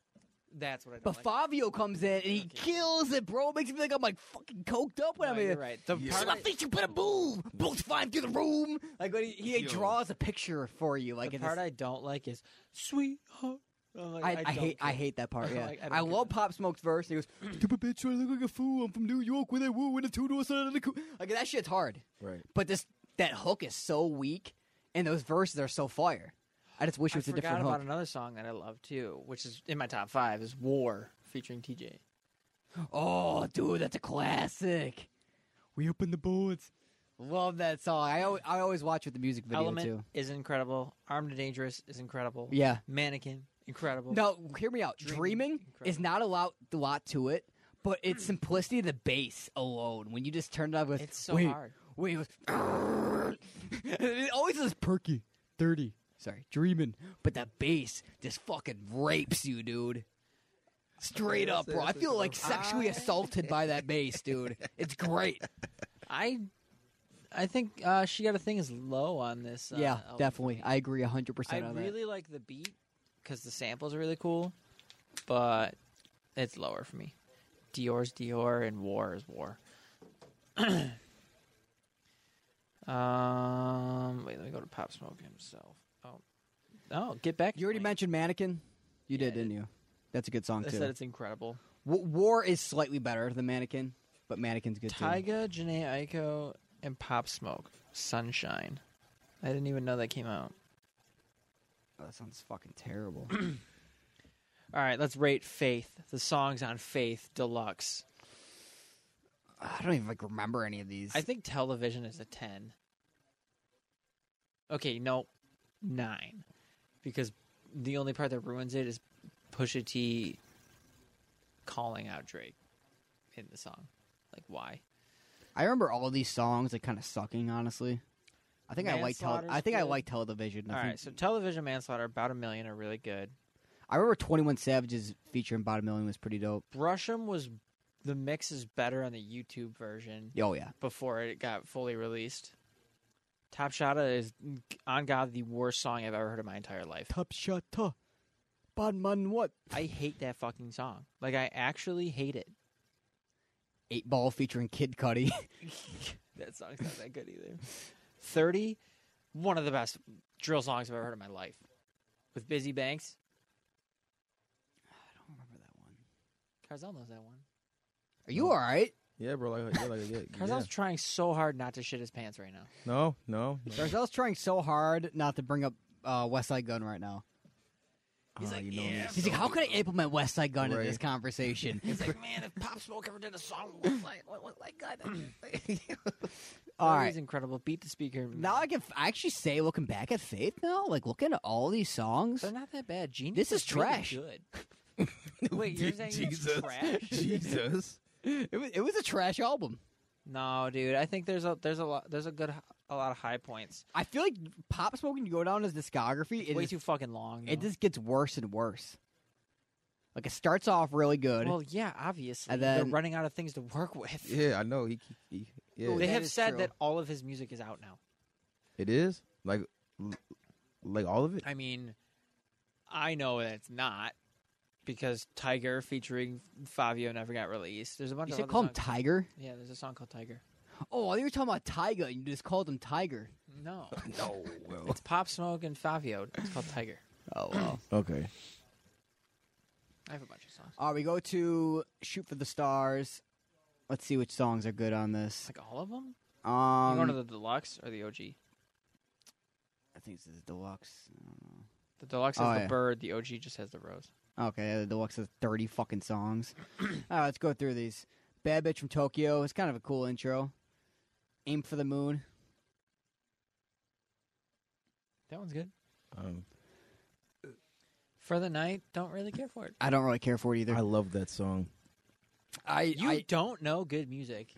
That's what I. Don't
But
like.
Fabio comes in and he
Okay.
kills it, bro. Makes me feel like I'm like fucking coked up when
No,
I'm in.
you're right. The
Yeah.
See
part,
my face, you better move. Bullets flying through the room. Like when he, he like,
Yo.
draws a picture for you. Like
the
in
part
this,
I don't like is sweetheart. I'm like,
I, I,
don't
hate I
care.
hate that part. Yeah,
Like, I
I,
don't give
love
a-
Pop Smoke's verse. He goes,
stupid bitch. I look like a fool. I'm from New York. Where they woo with a two door side of the coo.
like that shit's hard.
Right.
But this that hook is so weak, and those verses are so fire. I just wish it
I
was a
forgot
different
about
hook.
another song that I love too, which is in my top five is War featuring TJ.
Oh, dude, that's a classic.
We open the boards.
Love that song. I always, I always watch with the music video
Element
too.
is incredible. Armed and Dangerous is incredible.
Yeah.
Mannequin incredible.
No, hear me out. Dreaming, is
Incredible.
not a lot, a lot to it, but its simplicity of the bass alone. When you just turn it up with,
It's so
wait,
hard.
Wait, it, goes, it always is
Perky, 30,
sorry,
dreaming.
but that bass just fucking rapes you, dude. Straight up, bro. I feel like sexually assaulted by that bass, dude. It's great.
I I think uh, she got a thing is low on this. Uh,
yeah,
album.
definitely. I agree hundred
I
percent on
really like the beat because the samples are really cool, but it's lower for me. Dior's Dior and War is War. um, wait, let me go to Pop Smoke himself. Oh, oh, get back.
that. You already
Wait,
mentioned Mannequin. You
Yeah, I
did, didn't you? That's a good song
I
too.
said it's incredible.
W- War is slightly better than Mannequin, but Mannequin's good too.
Tyga, Janae Aiko, and Pop Smoke, Sunshine. I didn't even know that came out.
Oh, that sounds fucking terrible.
All right, let's rate Faith. The songs on Faith Deluxe.
I don't even like remember any of these.
I think television is a 10. Okay, no, 9. Because the only part that ruins it is Pusha T calling out Drake in the song. Like, why?
I remember all these songs like kind of sucking. Honestly, I think I like tele-
Manslaughter's
I think I
good.
like television. I,
All
think-
right, so television manslaughter, about a million, are really good.
I remember Twenty One Savage's feature in Bottom Million was pretty dope.
Brush'em was. The mix is better on the YouTube version
Oh yeah,
before it got fully released. Top Shotta is, on God, the worst song I've ever heard in my entire life.
Top shot. ta. Bad man, what?
I hate that fucking song. Like, I actually hate it.
Eight Ball featuring Kid Cudi.
that song's not that good either. 30, one of the best drill songs I've ever heard in my life. With Busy Banks.
I don't remember that one.
Carzell knows that one.
Are you all right?
Yeah, bro. Like, yeah, like, yeah, yeah.
Carzel's trying so hard not to shit his pants right now.
No, no. no.
Garzelle's trying so hard not to bring up uh, West Side Gun right now.
He's
Oh,
like,
He's like, how could I implement West Side Gun
Right.
in this conversation?
like, man, if Pop Smoke ever did a song, like, like
All right.
he's incredible. Beat the speaker.
Now I can f- I actually say, looking back at Faith now, like looking at all these songs,
they're not that bad. Genius.
This is
really
trash.
good. Wait, you're saying
Jesus.
it's trash?
Jesus.
it was, it was a trash album.
No, dude. I think there's a there's a lot there's a good a lot of high points.
I feel like Pop Smoke, when you go down his discography, it
Way
just,
too fucking long.
it
though.
just gets worse and worse. Like it starts off really good.
Well, yeah, obviously.
And
they're
then-
running out of things to work with.
Yeah, I know. He, he yeah.
Ooh,
They
that
have
is
said
true.
that all of his music is out now.
It is like, l- like all of it.
I mean, I know that it's not because Tiger featuring Fabio never got released. There's a bunch
you
of
should
other
call him
songs-
Tiger.
yeah, there's a song called Tiger.
Oh, I thought you were talking about Tiger, and you just called him Tiger.
No,
No. Well.
it's Pop Smoke and Fabio. It's called Tiger.
Oh well.
Okay.
I have a bunch of songs.
All right, we go to Shoot for the Stars. Let's see which songs are good on this.
Like all of them. You
Um,
going to the deluxe or the OG?
I think this is deluxe. I don't know.
The deluxe
Oh,
has
yeah.
the bird. The OG just has the rose.
Okay, the deluxe has 30 fucking songs. All right, let's go through these. Bad Bitch from Tokyo. It's kind of a cool intro. Aim for the Moon.
That one's good.
Um,
For the night, don't really care for it.
I don't really care for it either.
I love that song.
I
You
I,
don't know good music.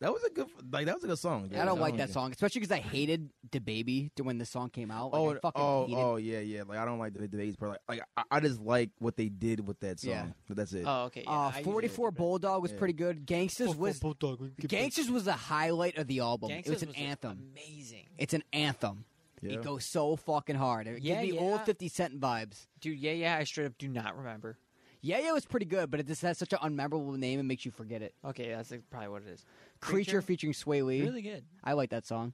That was a good. Like that was a good song.
I don't like that song, especially because I hated the baby when the song came out. Like,
Oh,
I fucking
oh,
hated. Uh,
oh, yeah, yeah. Like I don't like the debates part. Like, like I, I just like what they did with that song.
Yeah.
But that's it.
Oh, okay. yeah,
uh,
I usually
44
like the bird.
Bulldog was
Yeah.
pretty good. Gangsters was Gangsters was the highlight of the album.
Gangsta's
it was an anthem.
Amazing.
It's an anthem.
yeah.
It goes so fucking hard. It
Yeah,
gives me old
yeah.
50 Cent vibes.
Dude, yeah, yeah, I straight up do not remember.
Yeah, yeah, it was pretty good, but it just has such an unmemorable name and makes you forget it.
Okay, that's like, probably what it is.
Creature,
Creature?
featuring Sway Lee.
Really good.
I like that song.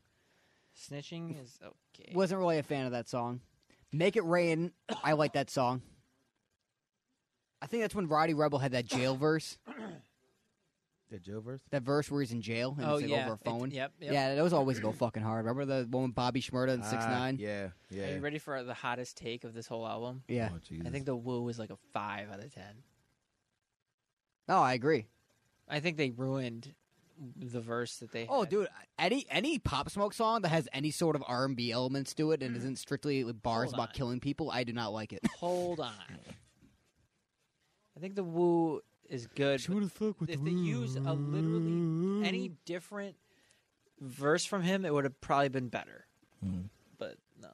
Snitching is okay.
Wasn't really a fan of that song. Make It Rain. I like that song. I think that's when Roddy Rebel had that jail verse,
That Joe verse.
that verse where he's in jail and
Oh,
it's like
yeah.
over a
It-
phone.
yep, yep.
Yeah, that was always go fucking hard. Remember the one with Bobby Shmurda and Six
Ah,
Nine?
Yeah, yeah.
Are you ready for the hottest take of this whole album?
yeah.
Oh, Jesus.
I think the woo is like a five out of ten.
Oh, I agree.
I think they ruined the verse that they.
Oh,
had.
dude, any any Pop Smoke song that has any sort of R and B elements to it and isn't strictly like bars
Mm-hmm. Hold
about
on.
killing people, I do not like it.
hold on. I think the woo is good. but if they used a literally any different verse from him, it would have probably been better.
Mm.
But no,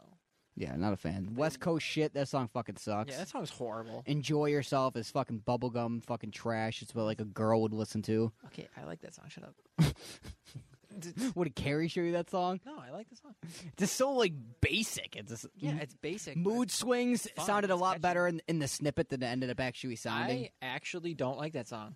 yeah, not a fan. West Coast shit. That song fucking sucks.
yeah, that song's horrible.
Enjoy Yourself is fucking bubblegum fucking trash. It's what like a girl would listen to.
Okay, I like that song. Shut up.
Would Carrie show you that song?
No, I like the song.
It's just so like basic. It's just
Yeah, it's basic. but
mood swings
fun,
sounded a
it's
lot
catchy.
better in, in the snippet than it ended up actually sounding.
I actually don't like that song.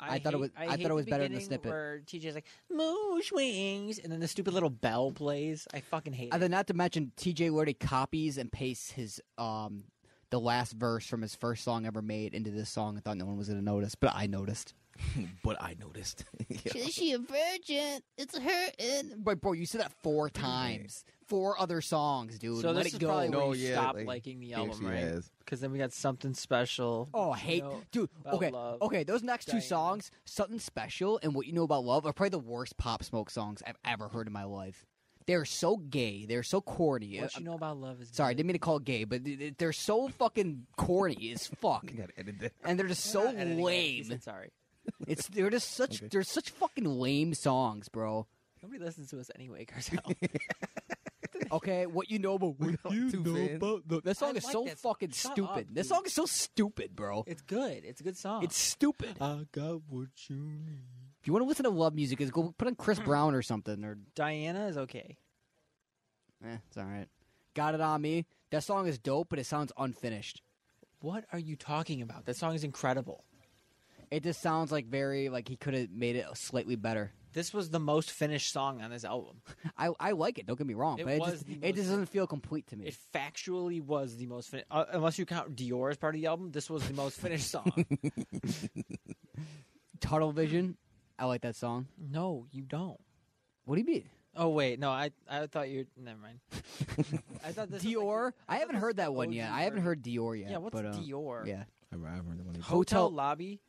I thought it was- I thought
hate
it was
the
better in the
beginning
snippet.
Where TJ's like moosh wings, and then the stupid little bell plays. I fucking hate
And
it.
Uh, then not to mention TJ Lordy copies and pastes his um the last verse from his first song ever made into this song. I thought no one was gonna notice, but I noticed.
But I noticed. Yeah.
she a virgin? It's hurting. But bro, you said that four times. Four other songs, dude.
so
Let
this
it
is
go.
probably
No,
where you
yeah,
stop
like,
liking the
he
album,
actually
right?
has.
Because then we got something special.
Oh, I hate,
know
dude.
about
Okay,
love,
okay. Those next two
Diana.
songs, "Something Special" and "What You Know About Love," are probably the worst Pop Smoke songs I've ever heard in my life. They're so gay. They're so corny.
What
Uh,
you know about love is
Sorry, I
good.
didn't mean to call it gay, but th- th- they're so fucking corny as fuck,
I gotta edit that.
and they're just so
Not editing it. He
lame.
said Sorry,
It's they're just such
Okay.
they're such fucking lame songs, bro.
nobody listens to us anyway, Carzel.
Okay, what you know about what
got, like, two fans.
love. That song
I
is
like
so
that song.
fucking
Shut
stupid.
up,
this
dude.
song is so stupid, bro.
it's good. It's a good song.
It's stupid.
I got what you need.
If you want to listen to love music, is go put on Chris Brown or something, or
Diana is okay.
eh, it's all right. Got it on me. That song is dope, but it sounds unfinished.
What are you talking about? That song is incredible.
It just sounds like very like he could have made it slightly better.
This was the most finished song on this album.
I, I like it. Don't get me wrong,
It
but it
was
just
the
it
most-
just doesn't feel complete to me.
It factually was the most finished, uh, unless you count Dior as part of the album. This was the most finished song.
Tunnel Vision. I like that song.
No, you don't.
What do you mean?
Oh wait, no, I I thought you. Never mind. I thought this was like-
Dior. I
thought
haven't
this was
heard
the
that one
OG
yet. I haven't
version.
heard Dior yet.
Yeah, what's
but, uh,
Dior?
Yeah,
I've, I've heard that one. either.
Hotel,
Hotel-
lobby.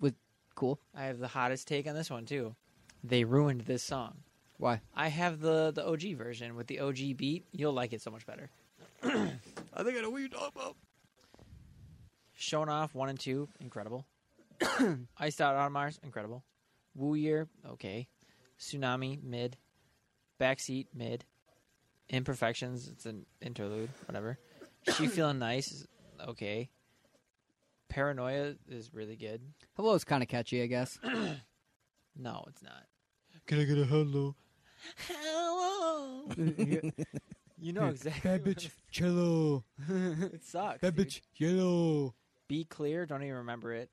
cool.
I have the hottest take on this one too. They ruined this song.
Why?
I have the the OG version with the OG beat. You'll like it so much better.
I think I know what you're talking about.
Shown off one and two, incredible. Iced out on Mars, incredible. Woo year, okay. Tsunami mid, backseat mid. Imperfections, it's an interlude, whatever. She feeling nice, is okay. Paranoia is really good.
Hello is kind of catchy, I guess.
No, it's not.
Can I get a hello?
Hello. you know exactly.
Bad
what
bitch, cello.
it- it sucks.
Bad
dude.
bitch, yellow.
Be clear. Don't even remember it.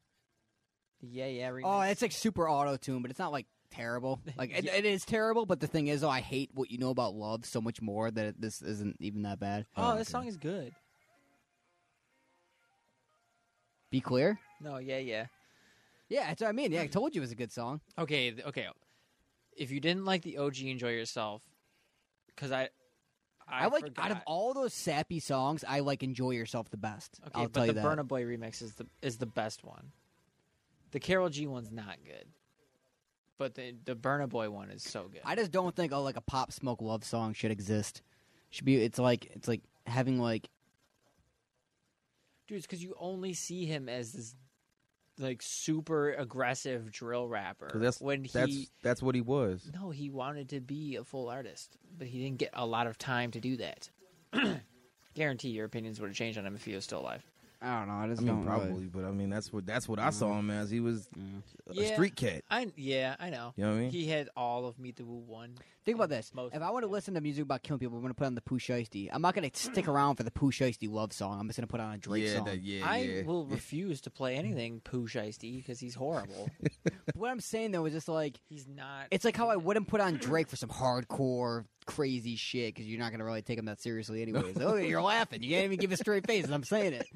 Yeah, yeah. Remix.
Oh, it's like super auto tune, but it's not like terrible. Like it,
Yeah.
it is terrible, but the thing is, though, I hate what you know about love so much more that it, this isn't even that bad.
Oh,
Oh,
this
okay.
song is good.
Be clear.
No, yeah, yeah.
Yeah, that's what I mean. Yeah, I told you it was a good song.
Okay, th- okay. If you didn't like the OG, enjoy yourself. Because I,
I,
I,
like out of
forgot.
all those sappy songs, I like "Enjoy Yourself" the best.
Okay,
I'll
but
tell
the
you that.
Burna Boy remix is the is the best one. The Carol G one's not good, but the the Burna Boy one is so good.
I just don't think oh like a pop smoke love song should exist. Should be it's like it's like having like
Dude, it's because you only see him as this like super aggressive drill rapper.
'Cause that's
when he
that's that's what he was.
no, he wanted to be a full artist, but he didn't get a lot of time to do that. Guarantee your opinions would have changed on him if he was still alive.
I don't know. I just
I mean,
don't really-
probably, but I mean, that's what that's what I saw him as. He was a
Mm-hmm. Yeah.
street cat.
I yeah, I know.
You know what I mean?
He had all of Meet the Woo one.
Think about this.
Most-
if I want to
yeah.
listen to music about killing people, I'm going to put on the Pooh Shiesty. I'm not going to stick around for the Pooh Shiesty love song. I'm just going to put on a Drake
yeah,
song.
that, yeah,
I
yeah.
will refuse to play anything Pooh Shiesty because he's horrible.
But what I'm saying though is just like
he's not.
it's like how I wouldn't put on Drake for some hardcore crazy shit because you're not going to really take him that seriously anyways. oh, you're laughing. You can't even give a straight face, and I'm saying it.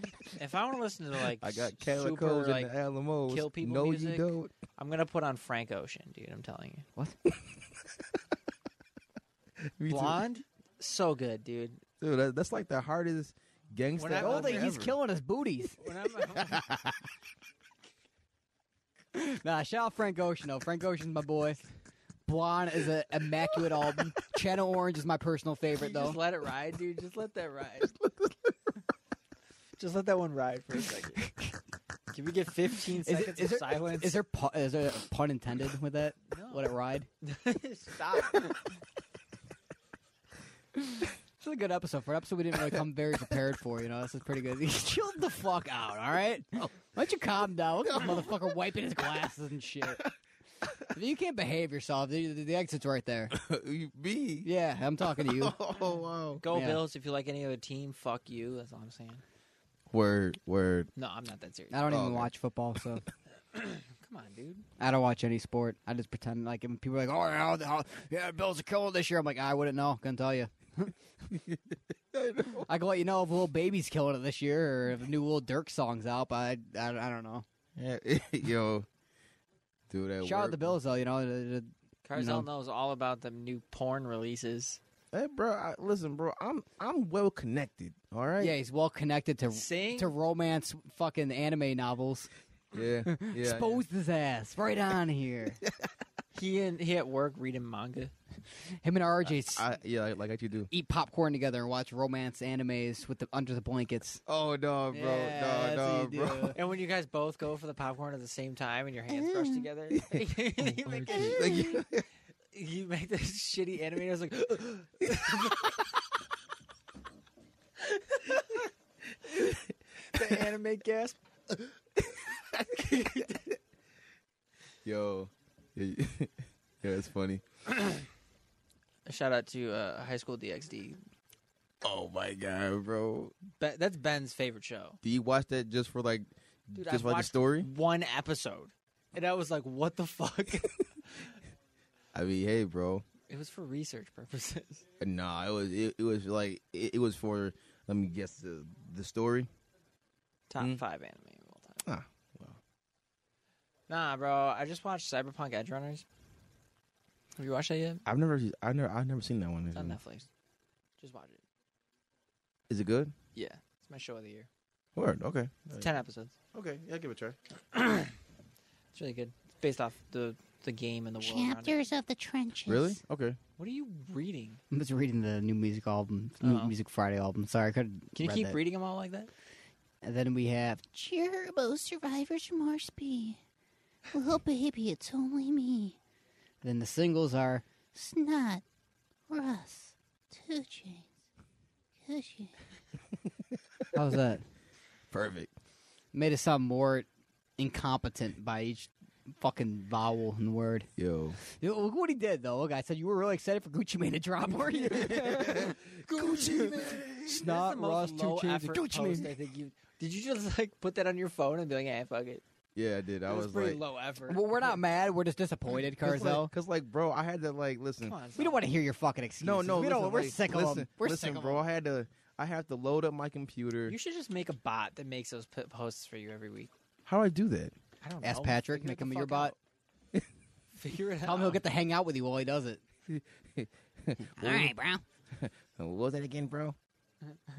if I want to listen to like
I got
super,
calicoes
like,
and the Alamos.
kill people
No,
music.
you don't.
I'm gonna put on Frank Ocean, dude. I'm telling you.
What?
Me too.
Blonde, so good, dude.
Dude, that, that's like the hardest gangster.
When I-
Oh,
Love
that
me
he's
ever.
killing us booties.
When I'm at home,
Nah, shout out Frank Ocean though. Frank Ocean's my boy. Blonde is an immaculate album. Channel Orange is my personal favorite
just
though.
let it ride, dude. Just let that ride. Just let that one ride for a second. Can we get 15
Is,
seconds
it, is,
of
there,
silence?
is there pu- is there a pun intended with that?
No.
Let it ride.
Stop.
This is a good episode. For an episode we didn't really come very prepared for, you know, this is pretty good. Chill the fuck out, all right? Why don't you calm down? Look at this motherfucker wiping his glasses and shit. If you can't behave yourself, the, the, the exit's right there.
You- Me?
Yeah, I'm talking to you.
Oh wow.
Go
Yeah.
Bills. If you like any other team, fuck you. That's all I'm saying.
Word, word.
No, I'm not that serious.
I don't e-
Oh,
even
okay.
watch football, so
Come on, dude.
I don't watch any sport. I just pretend like and people are like, oh, yeah, the- how- yeah, Bills are killing this year. I'm like, I wouldn't know. Couldn't tell you. I can let you know if little baby's killing it this year or if a new little Dirk song's out, but I, I, I don't know.
Yeah, yo, dude, that
Shout out
work-
the Bills though, you know. the- the-
Carzell
No.
knows all about the new porn releases.
Hey, bro, I, listen, bro, I'm I'm well connected. All right.
yeah, he's well connected to
Sing.
to romance fucking anime novels.
yeah, yeah, yeah.
Exposed his ass right on here.
He and he at work reading manga.
Him and RJ s-
I, yeah, like, like you do.
eat popcorn together and watch romance animes with the under the blankets.
Oh no, bro,
Yeah,
no,
that's
no,
what you
bro.
do.
And when you guys both go for the popcorn at the same time and your hands brush
Mm.
together, you make that,
Like, you-
you make this shitty anime. I was like, the anime gasp.
yo, yeah, it's funny.
Shout out to uh, High School DxD.
Oh my god, bro.
Be- that's Ben's favorite show.
Do you watch that just for like,
Dude,
just
I
for like a
watched
story?
One episode, and I was like, "What the fuck?"
I mean, hey, bro.
it was for research purposes.
Nah, it was it, it was like it, it was for. Let me guess the the story.
Top
Mm.
five anime of all time.
Ah, well.
Nah, bro. I just watched Cyberpunk Edge Runners. Have you watched that yet?
I've never, I never, I've never seen that one.
It's on Netflix. Just watch it.
Is it good?
Yeah, it's my show of the year.
Word. Okay.
It's ten episodes.
Okay. Yeah, give it a try.
It's really good. It's based off the the game and the world. around it.
Chapters of the trenches.
Really? Okay.
What are you reading?
I'm just reading the new music album, new
Oh.
Music Friday album. Sorry, I could.
Can you keep reading them all like that?
And then we have
Gerbo survivor's remorse be. Little oh, baby, it's only me.
then the singles are
Snot, Russ, Two Chains, Cushion.
how's that?
Perfect.
uh, Made us sound more incompetent by each fucking vowel and word.
Yo.
You know, look what he did though. Look, I said you were really excited for Gucci Mane to drop, were you?
Gucci
That's
Snot,
the most
Ross, two
low
chains,
effort
Gucci
post,
Mane.
I think you did. You just like put that on your phone and be like, "Yeah, fuck it."
Yeah, I did. I
That
was,
was pretty
like,
low effort.
Well, we're not mad. We're just disappointed,
Cause
Carzel.
like, 'cause like, bro, I had to like listen.
Come on,
we don't want to hear your fucking excuses.
No, no,
we
listen,
don't. We're
like,
sick of
listen,
them. We're
listen,
sick of
bro.
them.
I had to, I have to load up my computer.
You should just make a bot that makes those p- posts for you every week.
How do I do that?
I don't know.
Ask Patrick,
Figure
make
the
him your
fuck
bot.
out. Figure it
Tell
out.
him he'll get to hang out with you while he does it.
All right, bro.
What was that again, bro?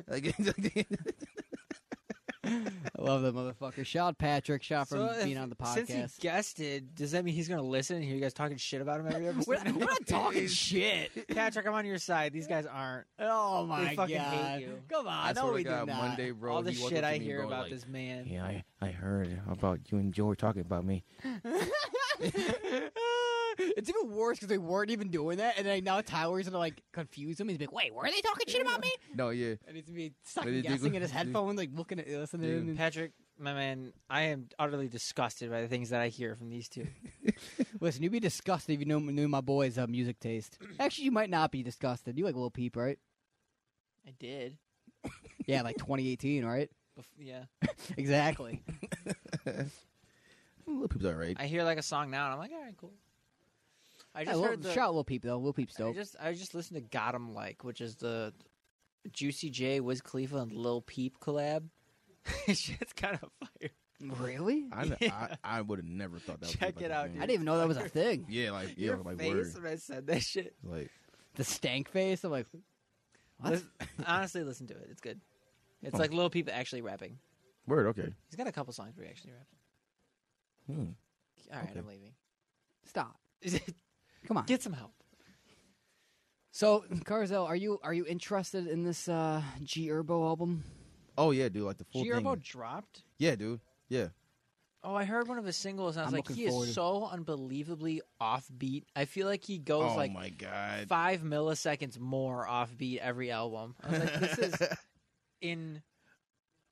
Like,
I love that motherfucker. Shout out Patrick. Shout out
So
for
if-
being on the
Since he
podcast.
guessed it, does that mean he's going to listen and hear you guys talking shit about him every episode?
We're not, we're not talking shit.
Patrick, I'm on your side. These guys aren't.
Oh my
fucking hate
god!
you.
Come on,
I
no,
swear
we
to God,
do not.
Monday, bro.
All the
he walked
shit
up to
I
me,
hear
bro,
about
like,
this man.
Yeah, I, I heard about you and Joy talking about me.
it's even worse because they weren't even doing that, and then now Tyler's gonna like confuse him. He's like, "Wait, were they talking shit about me?"
No, yeah.
And he's gonna be
But
second
he did
guessing
go-
in his headphones, like looking at listening. And,
Patrick, my man, I am utterly disgusted by the things that I hear from these two.
listen, you'd be disgusted if you knew, knew my boy's uh, music taste. Actually, you might not be disgusted. You like Lil Peep, right?
I did.
Yeah, like 2018, right?
Bef- yeah.
Exactly.
Little peeps all right.
I hear like a song now and I'm like, all right, cool. I
I
just
love,
heard the,
Shout out Lil Peep though. Lil Peep's
I
dope.
just I just listened to Got 'em Like, which is the Juicy J, Wiz Khalifa, and Lil Peep collab. Shit's kind of fire.
really? I,
I, kn-
Yeah.
I, I would have never thought that. was
Check
like
it
a
out,
thing.
dude.
didn't even know that was a thing.
Yeah, like yeah,
Your
like
face
word.
when I said that shit.
Like
The stank face. I'm like, What?
Lis- honestly, listen to it. It's good.
Oh.
It's like Lil Peep actually rapping.
word. Okay.
He's got a couple songs where he actually raps.
Hmm.
All right,
Okay.
I'm leaving.
stop. Come on.
Get some help.
So, Carzel, are you are you interested in this uh, G Herbo album?
Oh yeah, dude. Like the full
G
thing.
Herbo dropped.
Yeah, dude. Yeah.
Oh, I heard one of his singles, and I was
I'm
like,
looking
he
forward to-
is so unbelievably offbeat. I feel like he goes
Oh
like
my god.
five milliseconds more offbeat every album. I was like, this is in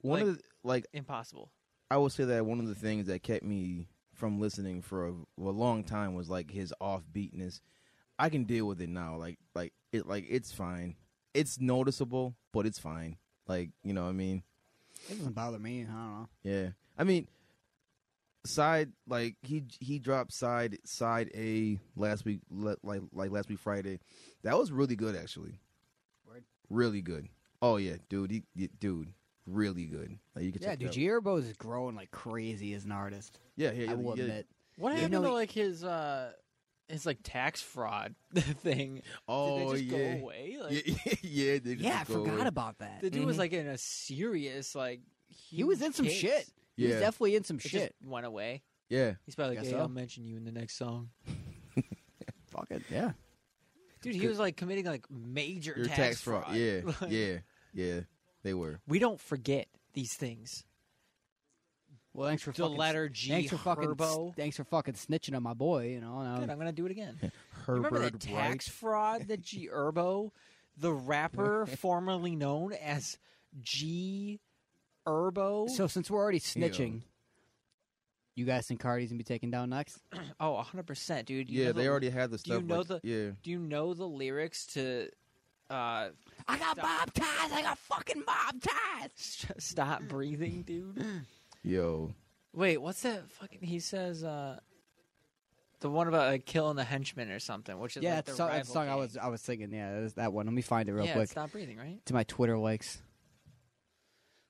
One
like-
of the, like
impossible.
I will say that one of the things that kept me from listening for a, a long time was like his offbeatness. I can deal with it now. Like like it like it's fine. It's noticeable, but it's fine. Like you know what I mean.
It doesn't bother me. I don't know.
Yeah. I mean, side like he he dropped side side A last week le- like like last week Friday. That was really good actually.
Word.
Really good. Oh yeah, dude. He, he- dude, really good. Like you can
Yeah,
check it
dude,
out.
G Herbo is growing like crazy as an artist.
yeah, yeah, yeah,
I will
yeah.
admit.
What
Yeah.
happened
No,
to
he-
like his uh his like tax fraud thing?
Oh
Did they just
yeah.
go away? Like,
yeah, yeah, they just
Yeah, I
go
forgot
away.
about that. Mm-hmm.
The dude was like in a serious like
He was in some
case.
shit. He was
Yeah.
definitely in some
It
shit.
just went away.
Yeah,
He's probably like,
Guess
"Hey,
so.
I'll mention you in the next song."
Fuck it. Yeah.
Dude, he was like committing like major
your
tax,
tax fraud. Yeah,
Like,
yeah, yeah. They were.
We don't forget these things.
Well, thanks for
The
fucking,
letter G.
Thanks for fucking.
Herbo.
Thanks for fucking snitching on my boy. You know. and I was-
Good, I'm gonna do it again.
Herbert
Remember that tax fraud that G Herbo, the rapper formerly known as G Herbo.
So since we're already snitching, you guys think Cardi's gonna be taken down next?
oh, 100 percent, dude. You
Yeah,
know
they
the-
already had the
do you
stuff.
know
like-
the-
yeah,
Do you know the lyrics to uh,
I got mob ties. I got fucking mob ties.
St- "Stop Breathing," dude?
yo,
Wait, what's that fucking? He says uh, the one about like killing the henchman or something, which is
Yeah,
like
that
the
song, that
rival
song I
gang.
was I was singing. Yeah, that, is that one. Let me find it real
yeah,
quick.
stop breathing, right?
To my Twitter likes.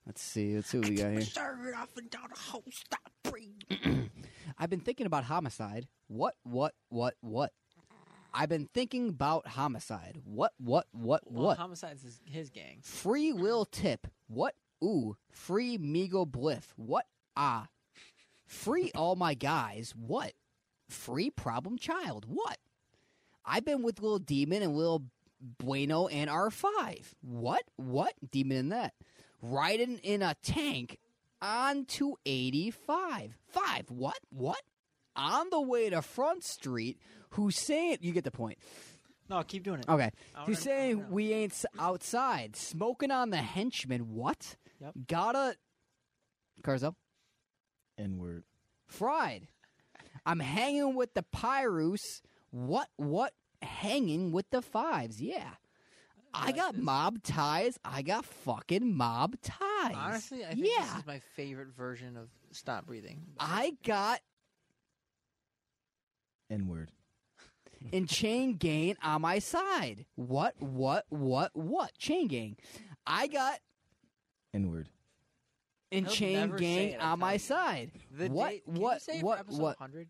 Let's see. Let's see what we got here.
Start off and down the whole stop breathing.
I've been thinking about homicide. What, what, what, what? I've been thinking about homicide. What, what, what,
Well,
what?
Homicide's his, his gang.
Free will tip. What? Ooh. Free Migo Bliff. What? Ah. Free all my guys. What? Free problem child. What? I've been with Little Demon and Little Bueno and R5. What? What? Demon in that. Riding in a tank on 285. Five. What? What? On the way to Front Street, Hussein. You get the point.
No, keep doing it.
Okay.
I
He's
wanna- I
saying
wanna-
we ain't s- outside smoking on the henchman. What?
Yep.
Gotta. Carzo.
N word.
Fried. I'm hanging with the Pyrus. What? What? Hanging with the fives. Yeah. I
like
got
this.
mob ties. I got fucking mob ties.
Honestly, I think
yeah.
this is my favorite version of stop breathing.
I got
N word.
and chain gang on my side. What? What? What? What? Chain gang. I got
N word.
and
He'll
chain
never say
gang
it, I'm
on my
telling
side.
The
what?
day- can you
what?
say it for
what?
episode
What?
100?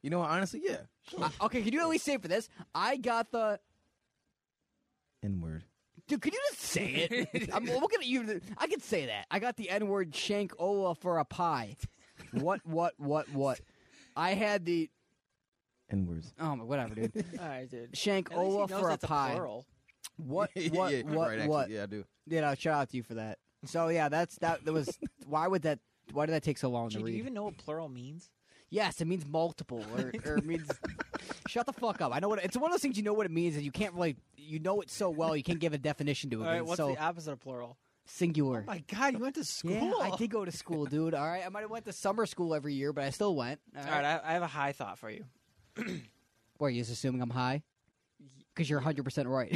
You know what? Honestly, yeah.
Uh, okay, can you at least say it for this? I got the.
N word.
Dude, could you just say it? I'm looking at you. I could say that. I got the N word shank Ola for a pie. What, what, what, what? I had the.
N words.
Oh, my, whatever, dude.
All right, dude.
Shank
At least he
Ola
knows
for a
that's
pie.
plural.
What,
Yeah,
what,
yeah,
what,
right, actually,
what?
Yeah, I do.
You know, shout out to you for that. So, yeah, that's that. That was. Why would that. Why did that take so long
Jay,
to
do
read?
you even know what plural means?
Yes, it means multiple, or, or it means. Shut the fuck up! I know what it's one of those things. You know what it means, and you can't really. You know it so well, you can't give a definition to it.
All right,
It's
what's
so
the opposite of plural?
singular.
My God, you went to school.
Yeah, I did go to school, dude. All right, I might have went to summer school every year, but I still went. All
All right, I, I have a high thought for you.
What, are you just assuming I'm high? Because you're 100 percent right.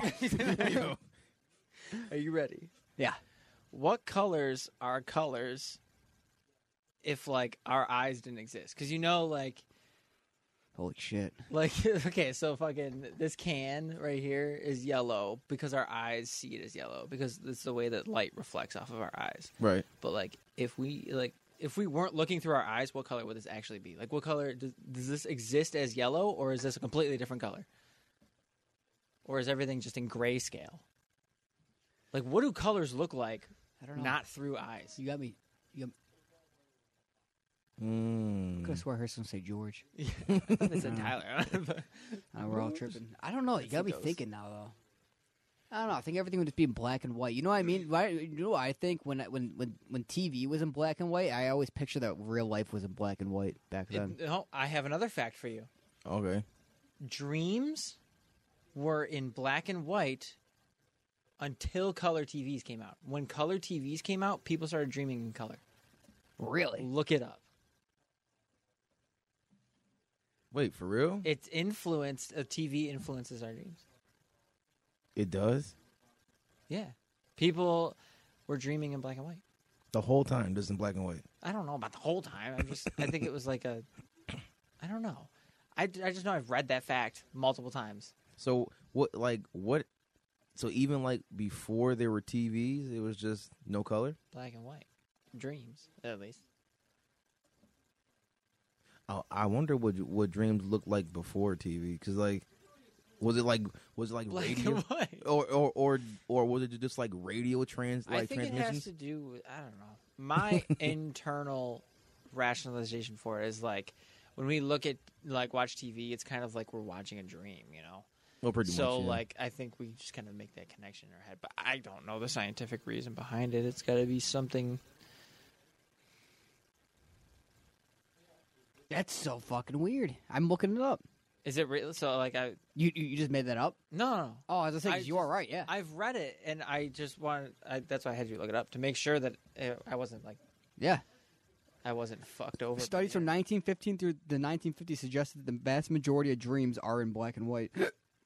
Are you ready?
yeah.
What colors are colors if like our eyes didn't exist? Because you know, like,
Holy shit.
like okay, so fucking this can right here is yellow because our eyes see it as yellow because it's the way that light reflects off of our eyes.
Right.
But like, if we like, if we weren't looking through our eyes, what color would this actually be? Like, what color does, does this exist as yellow, or is this a completely different color? Or is everything just in grayscale? Like, what do colors look like
I don't know.
not through eyes?
You got me. You got me. I could
Mm.
swear I heard someone say George.
I thought they said Tyler.
Uh, we're all tripping. I don't know. You
It's
got
the
me
ghost.
thinking now, though. I don't know. I think everything would just be in black and white. You know what I mean? Right? You know, what I think when I- when when when TV was in black and white, I always picture that real life was in black and white back
It-
then.
no, I have another fact for you.
Okay.
Dreams were in black and white until color TVs came out. When color TVs came out, people started dreaming in color.
really?
Look it up.
Wait, for real? It,
It's influenced. Uh, TV influences our dreams.
does?
Yeah, people were dreaming in black and white.
The whole time, just in black and white.
I don't know about the whole time. I just, I think it was like a, I don't know. I, I just know I've read that fact multiple times.
So what? Like what? So even like before there were TVs, it was just no color.
Black and white dreams, at least.
I, Oh, I wonder what what dreams looked like before TV. Because like, was it like was it like
Black
radio,
and white.
or or or or was it just like radio trans like
I think it has
transmissions?
to do with I don't know. My internal rationalization for it is like when we look at like watch TV, it's kind of like we're watching a dream, you know.
well, pretty
so
much, yeah.
like i think we just kind of make that connection in our head but i don't know the scientific reason behind it it's got to be something
That's so fucking weird. I'm looking it up.
is it real so like i
You you, you just made that up?
no no, no
Oh, I was gonna say,
I
'cause you are
just-
right. Yeah.
i've read it and i just wanted I, that's why i had you look it up to make sure that uh i wasn't like
yeah.
i wasn't fucked over by
Studies
it.
from 1915 through the 1950s suggested that the vast majority of dreams are in black and white.
how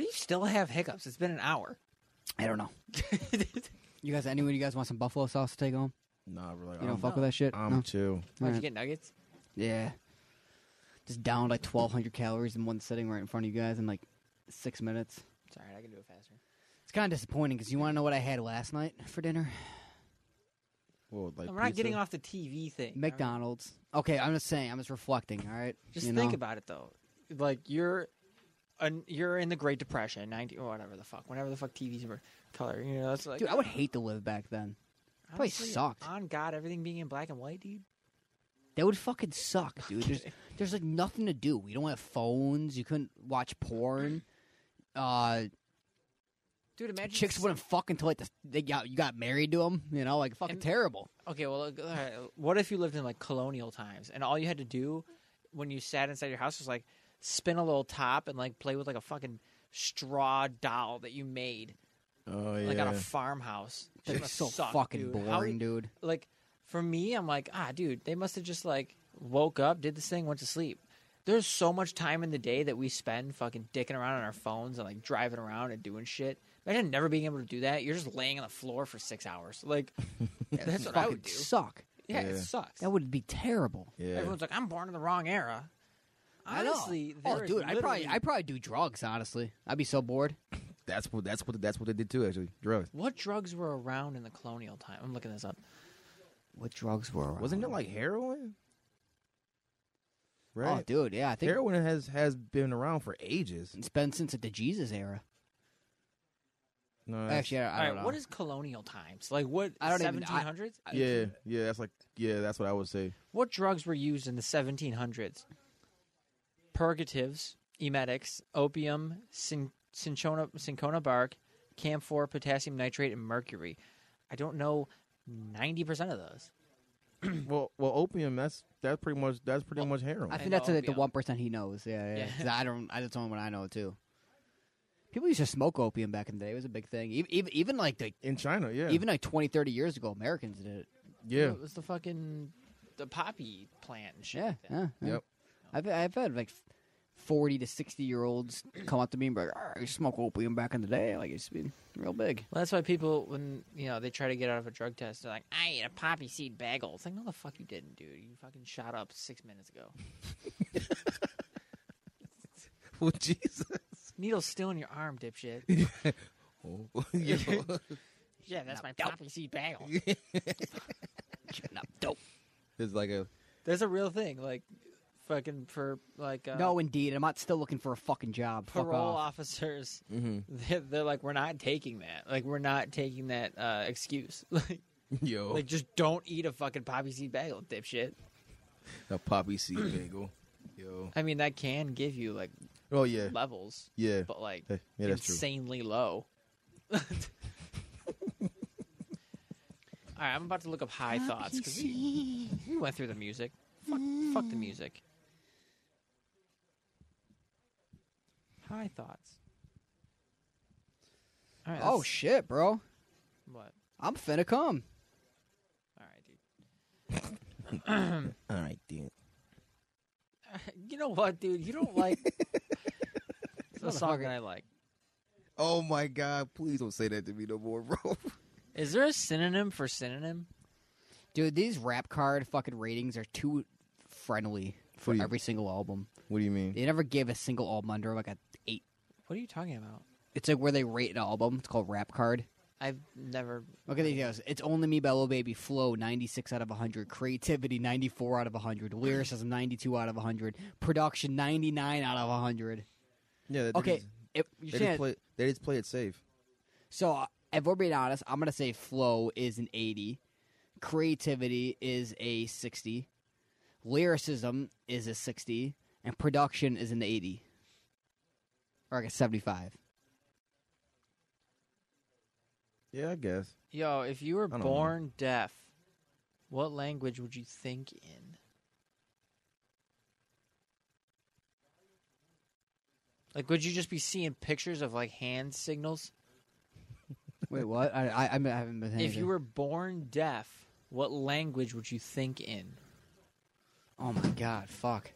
do you still have hiccups it's been an hour
I don't know. You guys, anyone you guys want some buffalo sauce to take home?
nah, we're like
You don't
I'm,
fuck with that shit?
I'm
No?
chill.
Why'd
Alright.
you get nuggets
Yeah. Just downed like 1,200 calories in one sitting right in front of you guys in like six minutes.
it's all right i can do it faster
It's kind of disappointing because you want to know what I had last night for dinner?
Well, like
I'm not getting
pizza?
off the TV thing. all right?
McDonald's. Okay, I'm just saying. I'm just reflecting. All right.
Just
You
think
know?
about it though. Like you're, an, you're in the Great Depression, ninety or whatever the fuck, whenever the fuck TVs were color. You know, that's like
Dude, I would hate to live back then. probably
honestly,
sucked.
On God, everything being in black and white, dude.
That would fucking suck, dude. There's there's like nothing to do. We don't have phones. You couldn't watch porn. Uh,
Dude, imagine
chicks
s-
wouldn't fuck until like the, they got you got married to them. You know, like fucking
And-
terrible.
Okay, well, look, all right, uh, what if you lived in like colonial times and all you had to do when you sat inside your house was like spin a little top and like play with like a fucking straw doll that you made
Oh yeah.
like on a farmhouse. That
It's
must
so
suck,
fucking
dude. How-
boring, dude.
like for me, I'm like, ah, dude, they must have just like woke up, did this thing, went to sleep. There's so much time in the day that we spend fucking dicking around on our phones and like driving around and doing shit. Imagine never being able to do that. You're just laying on the floor for six hours. Like that's what I
Fucking
would do.
suck.
yeah, it
Yeah.
sucks.
That would be terrible.
yeah.
Everyone's like, I'm born in the wrong era.
I know.
Honestly,
oh,
there is
dude, I probably
literally-
I probably do drugs. Honestly, I'd be so bored.
that's what that's what that's what they did too. Actually, drugs.
what drugs were around in the colonial time? I'm looking this up.
What drugs were? Around?
Wasn't it like heroin?
Oh,
Oh,
Right.
dude, yeah, I think
heroin has has been around for ages.
it's been since like, the Jesus era.
No, that's-
Actually, I, I
All
don't
right,
know.
what is colonial times? Like what?
I don't even- I-
1700s?
yeah, yeah, that's like yeah, that's what I would say.
What drugs were used in the 1700s? Purgatives, emetics, opium, cin- cinchona, cinchona bark, camphor, potassium nitrate, and mercury. I don't know 90% of those.
well, well, opium. That's that's pretty much that's pretty much heroin.
I
I
think that's
know
like the
opium.
one percent he knows. Yeah, yeah.
Yeah.
'Cause I don't. I, that's the only one I know too. People used to smoke opium back in the day. It was a big thing. Even even, even like the,
in China, yeah,
even like 20, 30 years ago, Americans did it.
yeah,
It was the fucking the poppy plant and shit.
Yeah,
like that.
yeah. yeah.
Yep.
I've I've had like forty to sixty year olds come up to me and be like, "Ah, "I used to smoke opium back in the day. Like it used to be real big."
Well, that's why people, when you know they try to get out of a drug test, they're like, "I ate a poppy seed bagel." It's like, no, the fuck you didn't, dude. You fucking shot up six minutes ago.
well, Jesus,
Needle's still in your arm, dipshit.
Oh, yeah.
yeah, that's my
Nope.
poppy seed bagel.
No, dope.
it's like a
That's a real thing. Like, fucking for like uh,
no, indeed. I'm not still looking for a fucking job. Fuck
parole
off. Mm-hmm.
officers. They're, they're like, we're not taking that. Like, we're not taking that uh, excuse. Like,
Oh.
yo
like just don't eat a fucking poppy seed bagel, dipshit.
a poppy seed bagel, yo.
I mean, that can give you like
Oh yeah,
levels,
yeah.
but like
Hey, yeah, that's true.
insanely low. All right, I'm about to look up high thoughts because we,
See,
we went through the music. Fuck, fuck the music. High thoughts. All right,
Oh
that's-
shit, bro!
what?
I'm finna come.
All right, dude.
All right, dude.
You know what, dude? You don't like the song that I like.
Oh my God! Please don't say that to me no more, bro.
Is there a synonym for synonym?
Dude, these rap card fucking ratings are too friendly for
What do you-
every single album.
what do you mean?
They never give a single album under like a eight.
What are you talking about?
It's like where they rate an album. It's called rap card.
I've never.
Look at these guys. It's only me by Lil Baby. Flow ninety six out of hundred. Creativity ninety four out of hundred. Lyricism ninety two out of hundred. Production ninety nine out of hundred.
Yeah. they
Okay,
just-
if you
they just
can't.
play. They just play it safe.
So uh, if we're being honest, I'm gonna say flow is an eighty. Creativity is a sixty. Lyricism is a sixty, and production is an eighty, or like a seventy five.
Yeah, I guess.
Yo, if you were
don't know.
born deaf, what language would you think in? Like, would you just be seeing pictures of like hand signals?
Wait, what? I, I, I haven't been.
If you were born deaf, what language would you think in?
oh my god, fuck.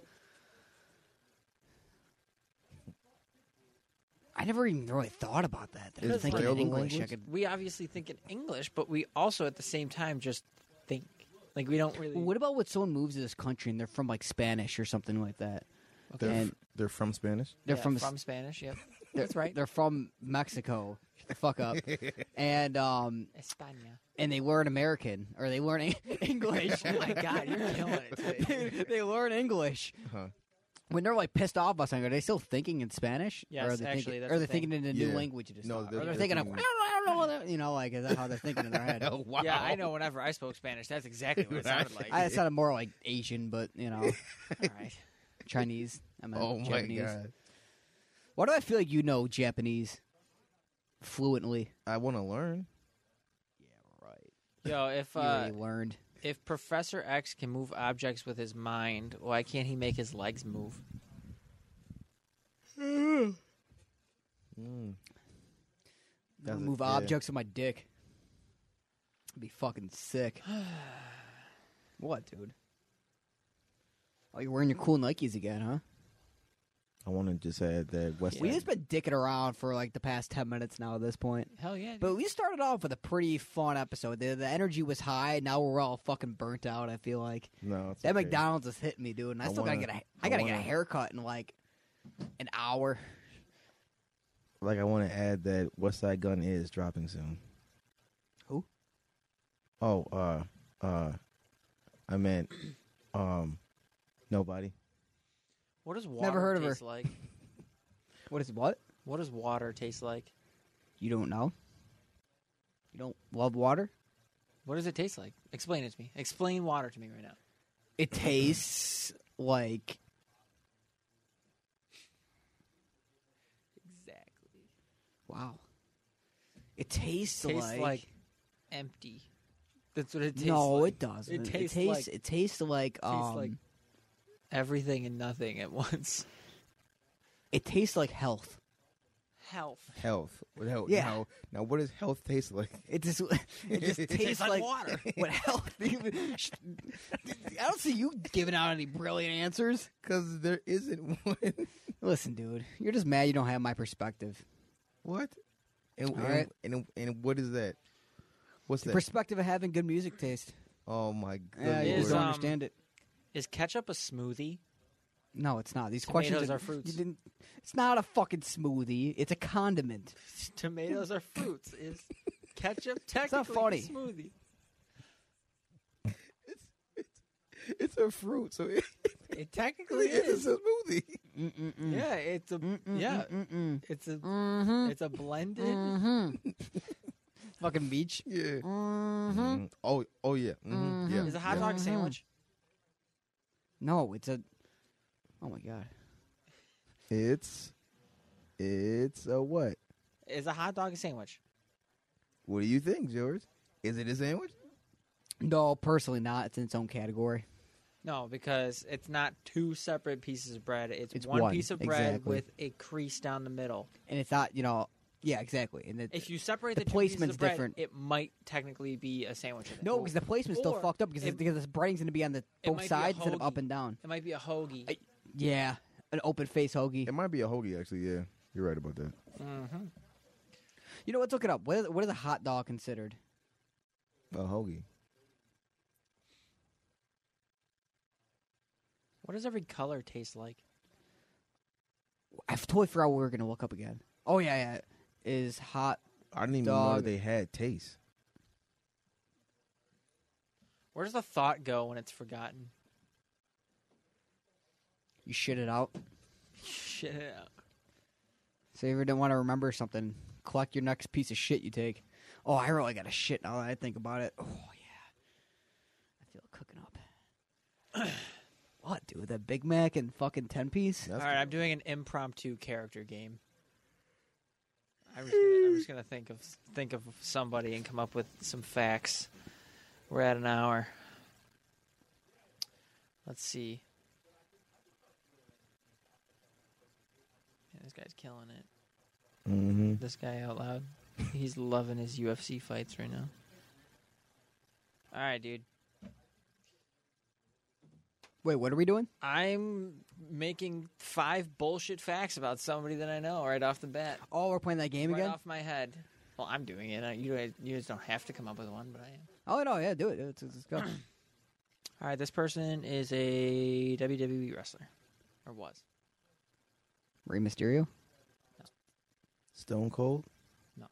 I never even really thought about that. that I
Is
was thinking in
Braille the
English. I
language?
could.
We obviously think in English, but we also at the same time just think. Like, we don't really.
What about when someone moves to this country and they're from like Spanish or something like that?
They're,
And-
f- they're from Spanish.
They're
Yeah,
from
from Spanish, yep.
They're,
That's right.
They're from Mexico. Shut the fuck up. and um,
España.
and they weren't American or they weren't Eng- English.
Oh
My God, you're killing it. they, they learn English.
Huh.
When they're like pissed off about something, are they still thinking in Spanish?
Yes,
or are they
actually,
thinking,
that's
are
a
they
thing.
thinking in a new
Yeah.
language? You just
No,
no,
they're-
they're,
they're
thinking of
thinking-
I don't know, you know, like is that how they're thinking in their head?
wow.
Yeah, I know. Whenever I spoke Spanish, that's exactly what it sounded like.
I sounded more like Asian, but you know,
All right.
Chinese. I mean,
Oh my
Japanese.
god!
Why do I feel like you know Japanese fluently?
I want to learn.
Yo, if
you
uh,
already learned.
if Professor X can move objects with his mind, why can't he make his legs move?
Mm.
I'll
Does it-
move
yeah.
objects with my dick. It'd be fucking sick. what, dude? Oh, you're wearing your cool Nikes again, huh?
I want to just add that West.
We
End-
just been dicking around for like the past ten minutes now. At this point.
Hell yeah!
But we started off with a pretty fun episode. The, the energy was high. Now we're all fucking burnt out. I feel like
no, it's
that
okay.
McDonald's is hitting me, dude. And I,
I
still
wanna-
gotta get a,
I
I gotta get a
wanna-
haircut in like an hour.
Like I want to add that West Side Gun is dropping soon.
Who?
Oh, uh, uh, I meant, um, nobody.
what does water
heard of her.
taste like?
What is what?
What does water taste like?
You don't know? You don't love water?
What does it taste like? Explain it to me. Explain water to me right now.
It tastes like
Exactly.
wow. It tastes,
Tastes
like,
like empty. That's what it tastes
no,
like.
it doesn't. It
tastes
tastes, it tastes
like-
like um,
tastes like everything and nothing at once.
it tastes like health.
Health.
Health. What health?
Yeah.
Now, now, what does health taste like?
It just it just tastes, like,
like water.
What health? even- I don't see you giving out any brilliant answers.
Because there isn't one.
Listen, dude, you're just mad you don't have my perspective.
what? And and,
right.
and and what is that? What's
The
that?
perspective of having good music taste.
oh my good
Yeah, you
Is,
just don't
um,
understand it.
Is ketchup a smoothie?
No, it's not. These
Tomatoes
questions
are fruits.
You didn't, it's not a fucking smoothie. It's a condiment.
Tomatoes are fruits. Is ketchup technically
not funny.
a smoothie?
It's a fruit, so it,
It technically
it is
is.
a smoothie.
Yeah, it's a
Mm,
yeah. It's a it's a blended.
Fucking beach.
Yeah. Mhm. Oh, oh yeah. Mhm. Yeah.
Mm-hmm. Is a hot dog a sandwich?
No, it's a. Oh my god.
It's, it's a what?
Is a hot dog a sandwich?
What do you think, George? Is it a sandwich?
No, personally not. It's in its own category.
No, because it's not two separate pieces of bread. It's,
It's
one,
one,
piece of bread
exactly.
with a crease down the middle.
And it's not, you know. Yeah, exactly. And it,
If you separate the,
The
two pieces
placement's
of bread,
different.
it might technically be a sandwich. I think.
no, because the placement's still
Or
fucked up because
it-
it, because the breading's going to be on the
might
both
be a
sides instead of
hoagie.
up and down.
it might be a hoagie.
I- Yeah, an open face hoagie.
It might be a hoagie, actually. Yeah, you're right about that.
You know, let's look it up. What is, what is a hot dog considered?
A hoagie.
what does every color taste like?
I totally forgot what we were going to look up again. Oh yeah, yeah. Is hot
I didn't even know
Dog.
they had taste.
Where does the thought go when it's forgotten?
you shit it out?
Shit.
So you ever don't want to remember something, collect your next piece of shit you take. Oh, I really got a shit now that I think about it. Oh yeah, I feel it cooking up. what, dude? That Big Mac and fucking ten piece?
All right, I'm doing an impromptu character game. I'm just, gonna, I'm just gonna think of think of somebody and come up with some facts. We're at an hour. Let's see. Yeah, this guy's killing it.
Mm-hmm.
This guy out loud. He's loving his UFC fights right now. All right, dude.
Wait, what are we doing?
I'm making five bullshit facts about somebody that I know right off the bat.
Oh, we're playing that game
right
again.
off my head. Well, I'm doing it. I- You guys, you guys don't have to come up with one, but I am.
Oh no, yeah, do it. Let's, let's go.
All right, this person is a WWE wrestler, or was.
Rey Mysterio.
Stone Cold.
No.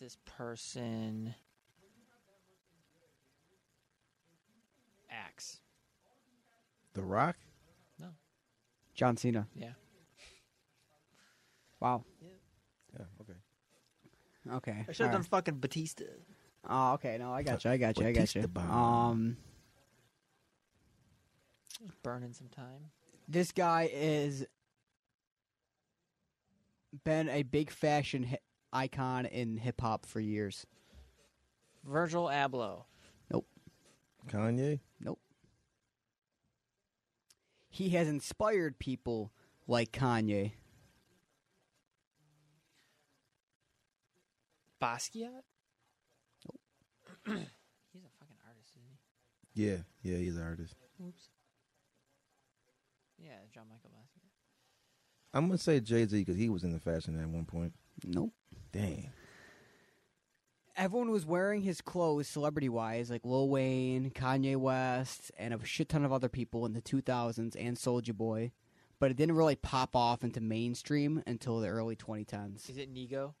this person acts.
The Rock.
John Cena.
Yeah.
Wow.
Yeah. Okay.
Okay.
I should
All
have done fucking Batista.
right. Oh, okay. No, I got you. I got you. I got
Batista
you.
bomb.
Um,
Burning some time.
this guy is been a big fashion hi- icon in hip hop for years.
Virgil Abloh.
Kanye.
Nope. He has inspired people like Kanye.
Basquiat? He's a fucking artist, isn't
Yeah. Yeah. He's an artist.
he? Oops. Yeah, John Michael Basquiat.
I'm gonna say Jay Z because he was in the fashion at one point.
Nope.
Dang.
Everyone was wearing his clothes celebrity wise, like Lil Wayne, Kanye West, and a shit ton of other people in the 2000s and Soulja Boy. But it didn't really pop off into mainstream until the early 2010s.
Is it Nigo?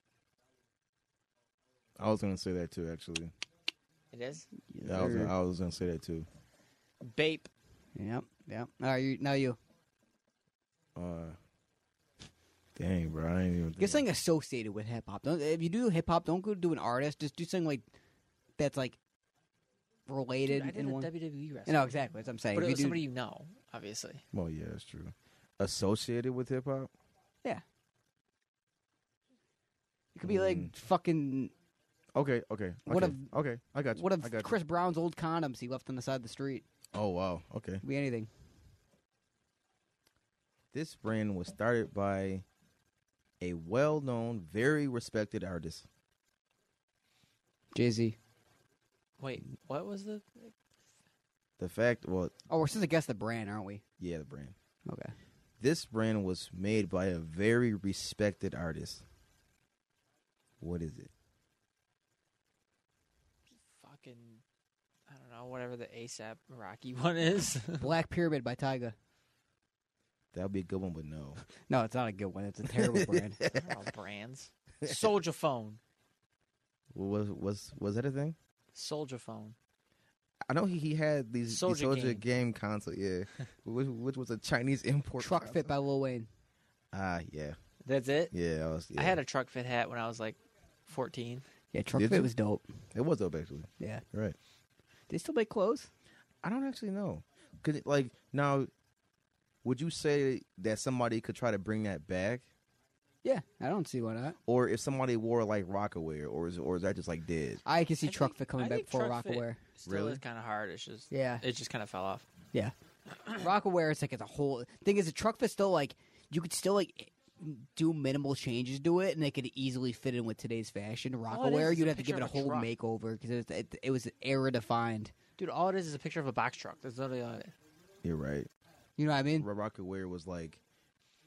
I was gonna say that too. Actually,
It is.
I was I was gonna say that too.
Bape.
Yep, yep. All right, you, now you.
Uh, dang, bro. I ain't even.
Get
think-
something associated with hip hop. Don't if you do hip hop, don't go do an artist. Just do something like that's like related
Dude, I did
in
a
one.
WWE wrestler.
no, exactly. That's what I'm saying.
E But
If
it
you
was
do-
somebody you know, obviously.
Well, yeah, that's true. Associated with hip hop.
it could be like
Mm.
fucking
Okay. Okay.
What
okay,
if-
Okay. I got you.
what
I
of
got
Chris Brown's old condoms he left on the side of the street.
You. Oh wow. Okay.
Could be anything.
This brand was started by a well-known, very respected artist.
Jay Z.
Wait, what was the
The fact, well,
Oh, we're supposed to guess the brand, aren't we?
yeah, the brand.
Okay.
This brand was made by a very respected artist. What is it?
fucking I don't know, whatever the ASAP Rocky one is.
Black Pyramid by Tyga.
That would be a good one, but no.
No, it's not a good one. It's a terrible brand.
They're all brands. Soldier phone.
Was was was that a thing?
Soldier phone.
I know he, he had these
Soulja
Soldier, Soldier
Gang.
Game console, yeah, which, which was a Chinese import.
Truck Fit by Lil Wayne.
Ah, yeah,
That's it?
yeah. I was. Yeah.
I had a truck fit hat when I was like fourteen.
Yeah, Truck
Did
Fit
you?
was dope.
It was dope actually.
Yeah.
You're Right.
They still make clothes.
I don't actually know. Could it, like now, would you say that somebody could try to bring that back,
Yeah, I don't see why not.
or if somebody wore like Rockaway, or is or is that just like dead?
I can see
I
Truck
think-
Fit coming
I
back
think
before
Truck Fit-
Rockaware.
Still
Really?
is kinda hard. It's just
Yeah.
it just kinda fell off.
Yeah. Rockaware is like it's a whole thing is the truck fit still like you could still like do minimal changes to it and it could easily fit in with today's fashion. Rockaware,
is a
you'd have to give it
picture
a
of a
whole
truck.
makeover because it, it, it was era defined.
Dude, all it is is a picture of a box truck. That's literally all it.
You're right.
You know what I mean?
Ro- Rockaway was like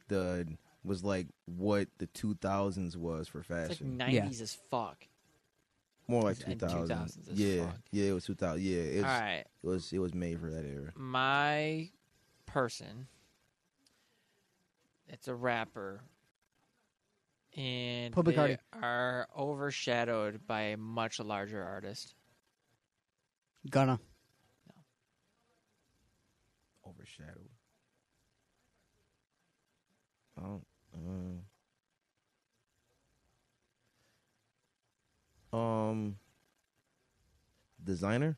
the was like what the 2000s was for
It's like
fashion.
nineties as fuck.
More like
and
2000.
2000s as
yeah,
fuck.
yeah, it was 2000. Yeah, it was,
Alright.
it was it was made for that era.
My person it's a rapper. And
Public
they
Hardy.
are overshadowed by a much larger artist.
Gonna.
Overshadowed. I don't. Um. um designer.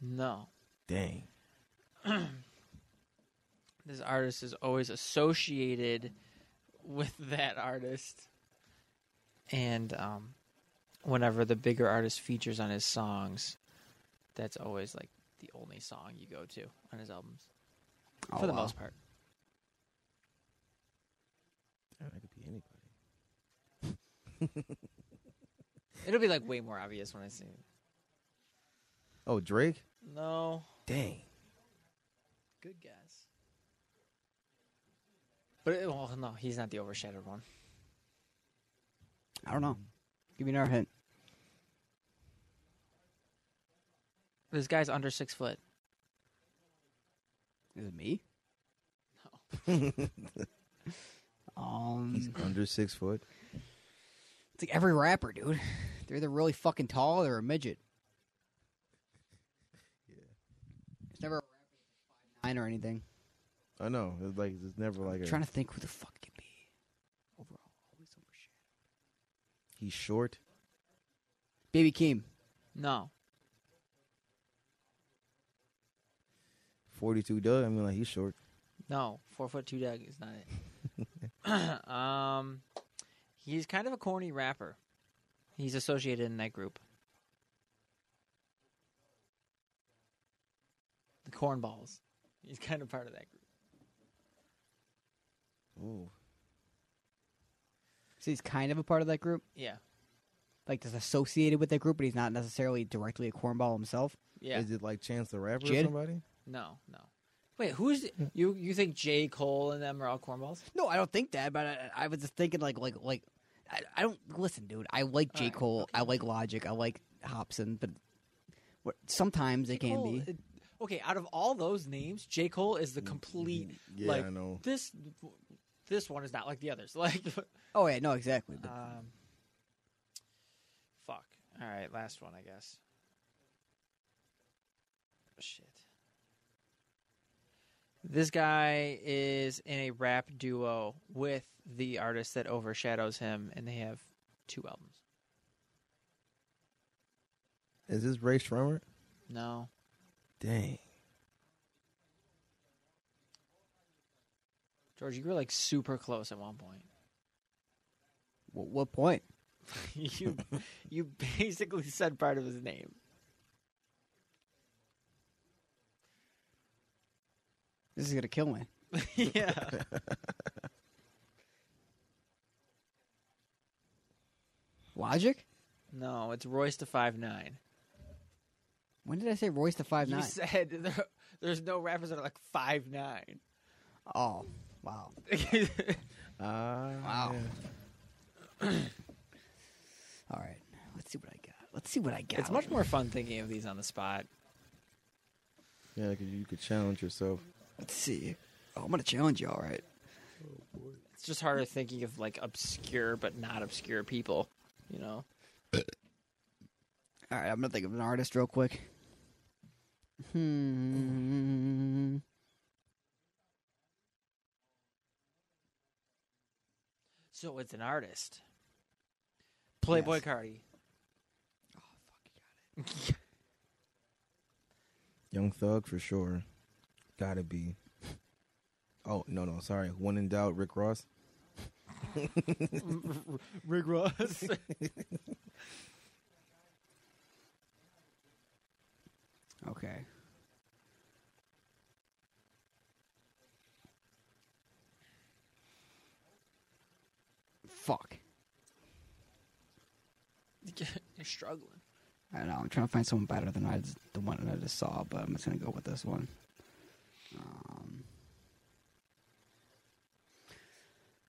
No.
Dang.
this artist is always associated with that artist. And um, whenever the bigger artist features on his songs, that's always like the only song you go to on his albums
Oh,
for the most part.
Damn, that could be anybody.
It'll be like way more obvious when I see it.
Oh, Drake.
No,
Dang.
good guess. But it, well, no, he's not the overshadowed one.
I don't know. Give me another hint.
This guy's under six foot.
Is it me? No.
He's
um,
under six foot.
it's like every rapper, dude. They're either really fucking tall or they're a midget. Yeah. It's never a rapper that's five nine or anything.
I know. It's like it's never like a,
trying to think who the fuck it can be. Overall, always overshadowed.
he's short.
Baby Keem.
No.
Forty two Doug. I mean, like he's short.
No, four foot two Doug is not it. um, he's kind of a corny rapper. He's associated in that group. The cornballs. He's kind of part of that group.
Ooh.
So he's kind of a part of that group,
Yeah,
like that's associated with that group, but he's not necessarily directly a cornball himself.
yeah.
Is it like Chance the Rapper
Jid?
or somebody?
no, no. Wait, who's you? You think J Cole and them are all cornballs?
No, I don't think that, but I, I was just thinking like like like I, I don't listen, dude. I like J
Alright,
Cole, I like Logic, I like Hobson, but what, sometimes it can
Cole,
be.
it- okay, out of all those names, J Cole is the complete.
Mm-hmm. Yeah,
like
I know.
this. This one is not like the others. Like,
Oh yeah, no, exactly. But
um, fuck. All right, last one, I guess. Oh, Shit. This guy is in a rap duo with the artist that overshadows him, and they have two albums.
Is this Ray Schremer?
No,
Dang.
George, you were like super close at one point.
wh- what point?
you, you basically said part of his name.
This is gonna kill me.
yeah.
Logic?
No, it's Royce to five nine.
When did I say Royce to five
You
nine?
said there, there's no rappers that are like five nine.
Oh wow,
Ah.
wow. All right, let's see what I got. Let's see what I got.
it's much more fun thinking of these on the spot.
Yeah, because you could challenge yourself.
Let's see. Oh, I'm gonna challenge you. All right.
It's just harder thinking of like obscure but not obscure people. You know,
All right, I'm gonna think of an artist real quick. Hmm.
so it's an artist. Playboy
Yes.
Cardi.
Young Thug for sure. Gotta be. Oh no no sorry. When in doubt, Rick Ross.
Rick Ross.
Okay. Fuck.
You're struggling.
I know. I'm trying to find someone better than I just, the one that I just saw, but I'm just gonna go with this one. Um,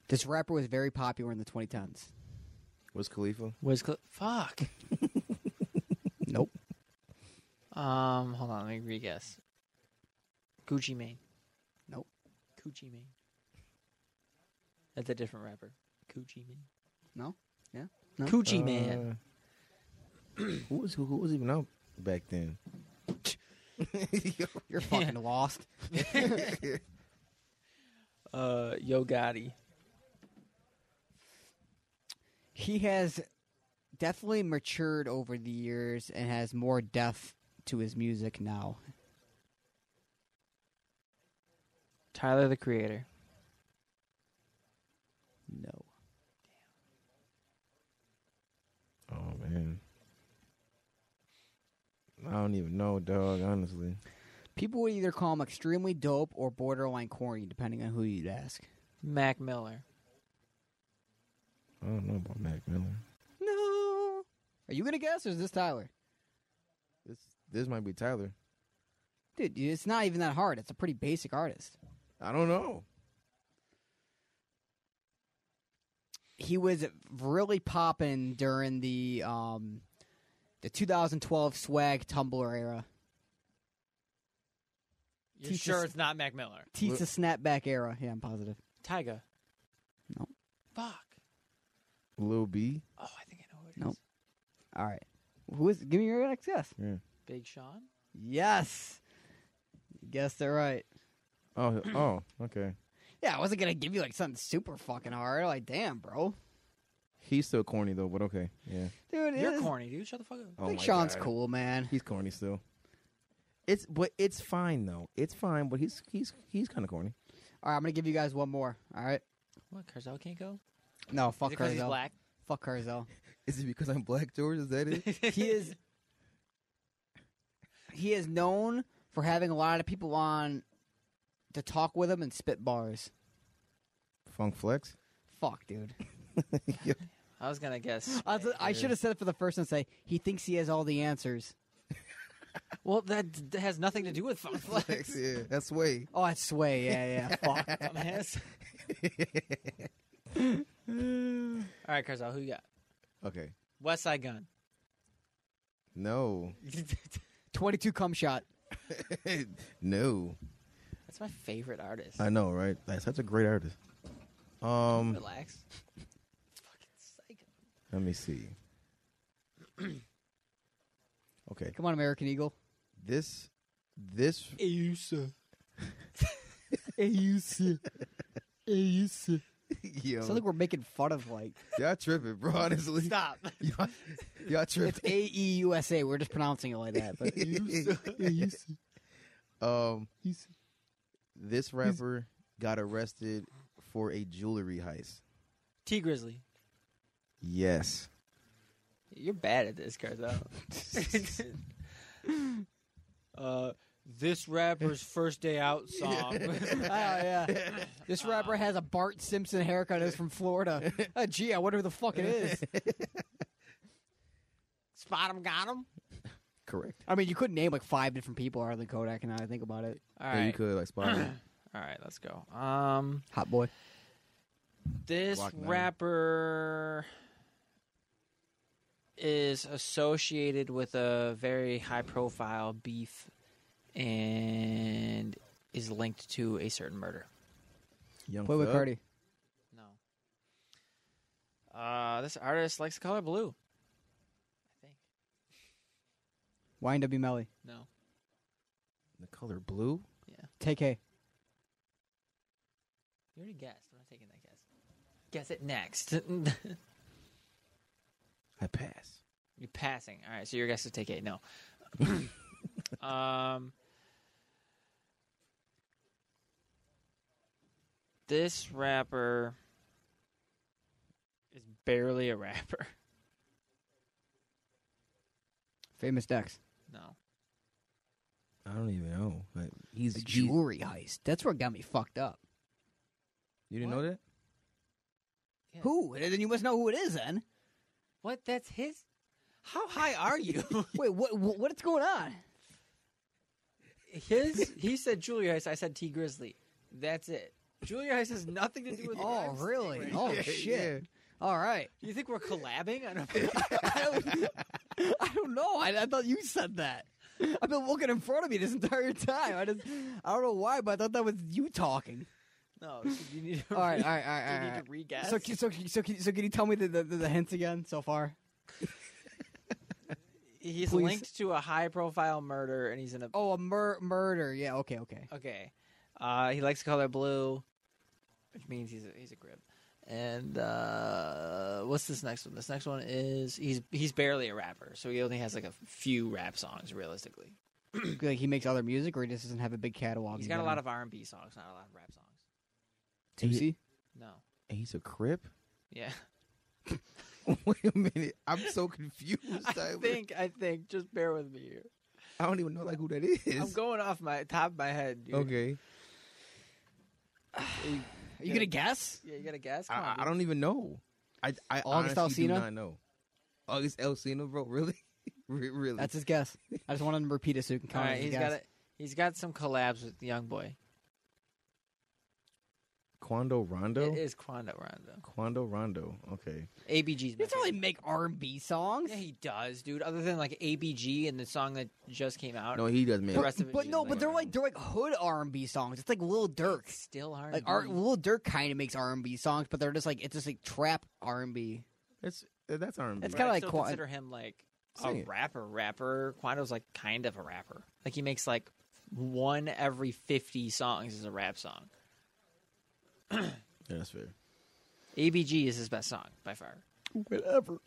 this rapper was very popular in the 2010s.
Was Khalifa?
Wiz Khal- Fuck.
Nope.
Um, hold on. Let me re-guess. Gucci Mane.
Nope.
Gucci Mane. That's a different rapper. Gucci Mane.
No? Yeah? No?
Coochie Man.
Uh, who was who, who was even out back then?
You're fucking lost.
Uh, Yo Gotti.
he has definitely matured over the years and has more depth to his music now.
Tyler the Creator.
No.
Oh man. I don't even know, dog. Honestly,
People would either call him extremely dope or borderline corny, depending on who you'd ask.
Mac Miller.
I don't know about Mac Miller.
No. Are you gonna guess, or is this Tyler?
This this might be Tyler.
Dude, it's not even that hard. It's a pretty basic artist.
I don't know.
He was really popping during the um, the 2012 swag Tumblr era,
You
Teaches-
sure it's not Mac Miller?
Tisa snapback era. Yeah, I'm positive.
Tyga.
Nope.
Fuck.
Lil B.
Oh, I think I know who it is.
Nope. All right. Who is? Give me your next guess.
Big Sean.
Yes. Guess they're right.
Oh, oh, okay.
Yeah, I wasn't gonna give you like something super fucking hard. Like, damn, bro,
He's still corny though, but okay. Yeah,
dude, it
You're
is-
corny, dude. Shut the fuck up.
I
Oh
think
my
Sean's
God.
cool, man.
he's corny still. It's but it's fine though. It's fine, but he's he's he's kind of corny.
All right, I'm gonna give you guys one more. All right.
What? Carzel can't go.
No, fuck
because he's
Carzo.
black.
Fuck Carzo.
Is it because I'm black, George? Is that it?
he is. He is known for having a lot of people on to talk with him and spit bars.
Funk flex.
Fuck, dude.
I was gonna guess.
I, was- I should have said it for the first and say he thinks he has all the answers.
Well, that, that has nothing to do with Fun Flex,
yeah, that's way.
Oh, that's Sway. Yeah, yeah. fuck.
dumbass. All right, Carzel, who you got?
Okay.
West Side Gun.
No.
Twenty-two cum shot.
no.
That's my favorite artist.
I know, right? That's such a great artist. Um,
Relax. Fucking psycho.
let me see. Okay.
Come on, American Eagle.
This this yo.
Sounds like we're making fun of like
Y'all tripping, bro. Honestly,
stop.
Y'all, y'all
It's
tripping.
A E U S A. We're just pronouncing it like that. But
um, this rapper got arrested for a jewelry heist.
T Grizzly.
Yes.
You're bad at this, Carzel. uh, this rapper's first day out song.
oh yeah, this rapper has a Bart Simpson haircut. Is from Florida. Oh, gee, I wonder who the fuck it is.
Spot him, got him.
Correct.
I mean, you could name like five different people other than Kodak. And now I think about it,
All
Yeah, you
right,
could like spot him.
all right, let's go. Um,
Hot Boy.
this
Glock nine.
rapper is associated with a very high-profile beef, and is linked to a certain murder.
Young
Playboy
Thug.
Cardi.
No. Uh, this artist likes the color blue. I think.
YNW Melly.
No.
The color blue.
TK.
You already guessed. I'm not taking that guess. Guess it next.
I pass.
You're passing. All right, so your guess is take eight. No. um, this rapper is barely a rapper.
Famous Dex.
No.
I don't even know. Like, he's
The
he's-
jewelry heist. That's what got me fucked up.
You didn't know that?
Yeah.
Who? Then you must know who it is. Then
What? That's his? How high are you?
wait, what? What, what's going on?
his? He said Julia Heist. I said T Grizzly. That's it. Julia Heist has nothing to do with.
Oh,
rap
really?
singing.
Oh, shit. All right.
You think we're collabing? I don't
I don't, I don't know. I, I thought you said that. I've been looking in front of me this entire time. I just, I don't know why, but I thought that was you talking.
No, you need to
All right,
re-
all right, all
you
right, all
need
right.
to re-guess.
So, can- so, can- so, can- so, can you tell me the, the, the hints again so far?
he's
please.
linked to a high-profile murder, and he's in a.
Oh, a mur- murder. Yeah. Okay. Okay.
Okay, uh, he likes the color blue, which means he's a, he's a grip. And uh, what's this next one? This next one is he's he's barely a rapper, so he only has like a few rap songs realistically.
like he makes other music, or he just doesn't have a big catalog.
He's got a lot of R and B songs, not a lot of rap songs.
Tootsie.
No,
And he's a crip.
yeah,
Wait a minute. I'm so confused.
I
Tyler.
think I think just bear with me here.
I don't even know like who that is.
I'm going off my top of my head. Dude.
okay.
you,
Are you gonna guess?
yeah, you got a guess. Come on,
I,
dude.
I don't even know. I I
August
honestly do
Alsina?
not know. August Elsina, bro. Really, Re- really.
That's his guess. I just wanted him to repeat it so you can
All
count. it as
right,
his
he's
guess.
got a, he's got some collabs with Young Boy.
Quando Rondo.
It is Quando Rondo.
Quando Rondo. Okay.
ABG's.
He
my
doesn't really
favorite.
make R and B songs.
Yeah, he does, dude. Other than like ABG and the song that just came out,
No, he does
The
man.
rest of it
but
is
no,
like-
but they're like they're like hood R and B songs. It's like Lil Durk.
it's still hard.
Like R, Lil Durk kind of makes R and B songs, but they're just like it's just like trap R and B.
It's Uh, That's R and B.
It's kind of
I
like
still
Quan-
consider
consider him like
Sing
a
it.
rapper. Rapper Quando's like kind of a rapper. Like he makes like one every fifty songs is a rap song.
Yeah, that's fair.
ABG is his best song by far.
Whatever.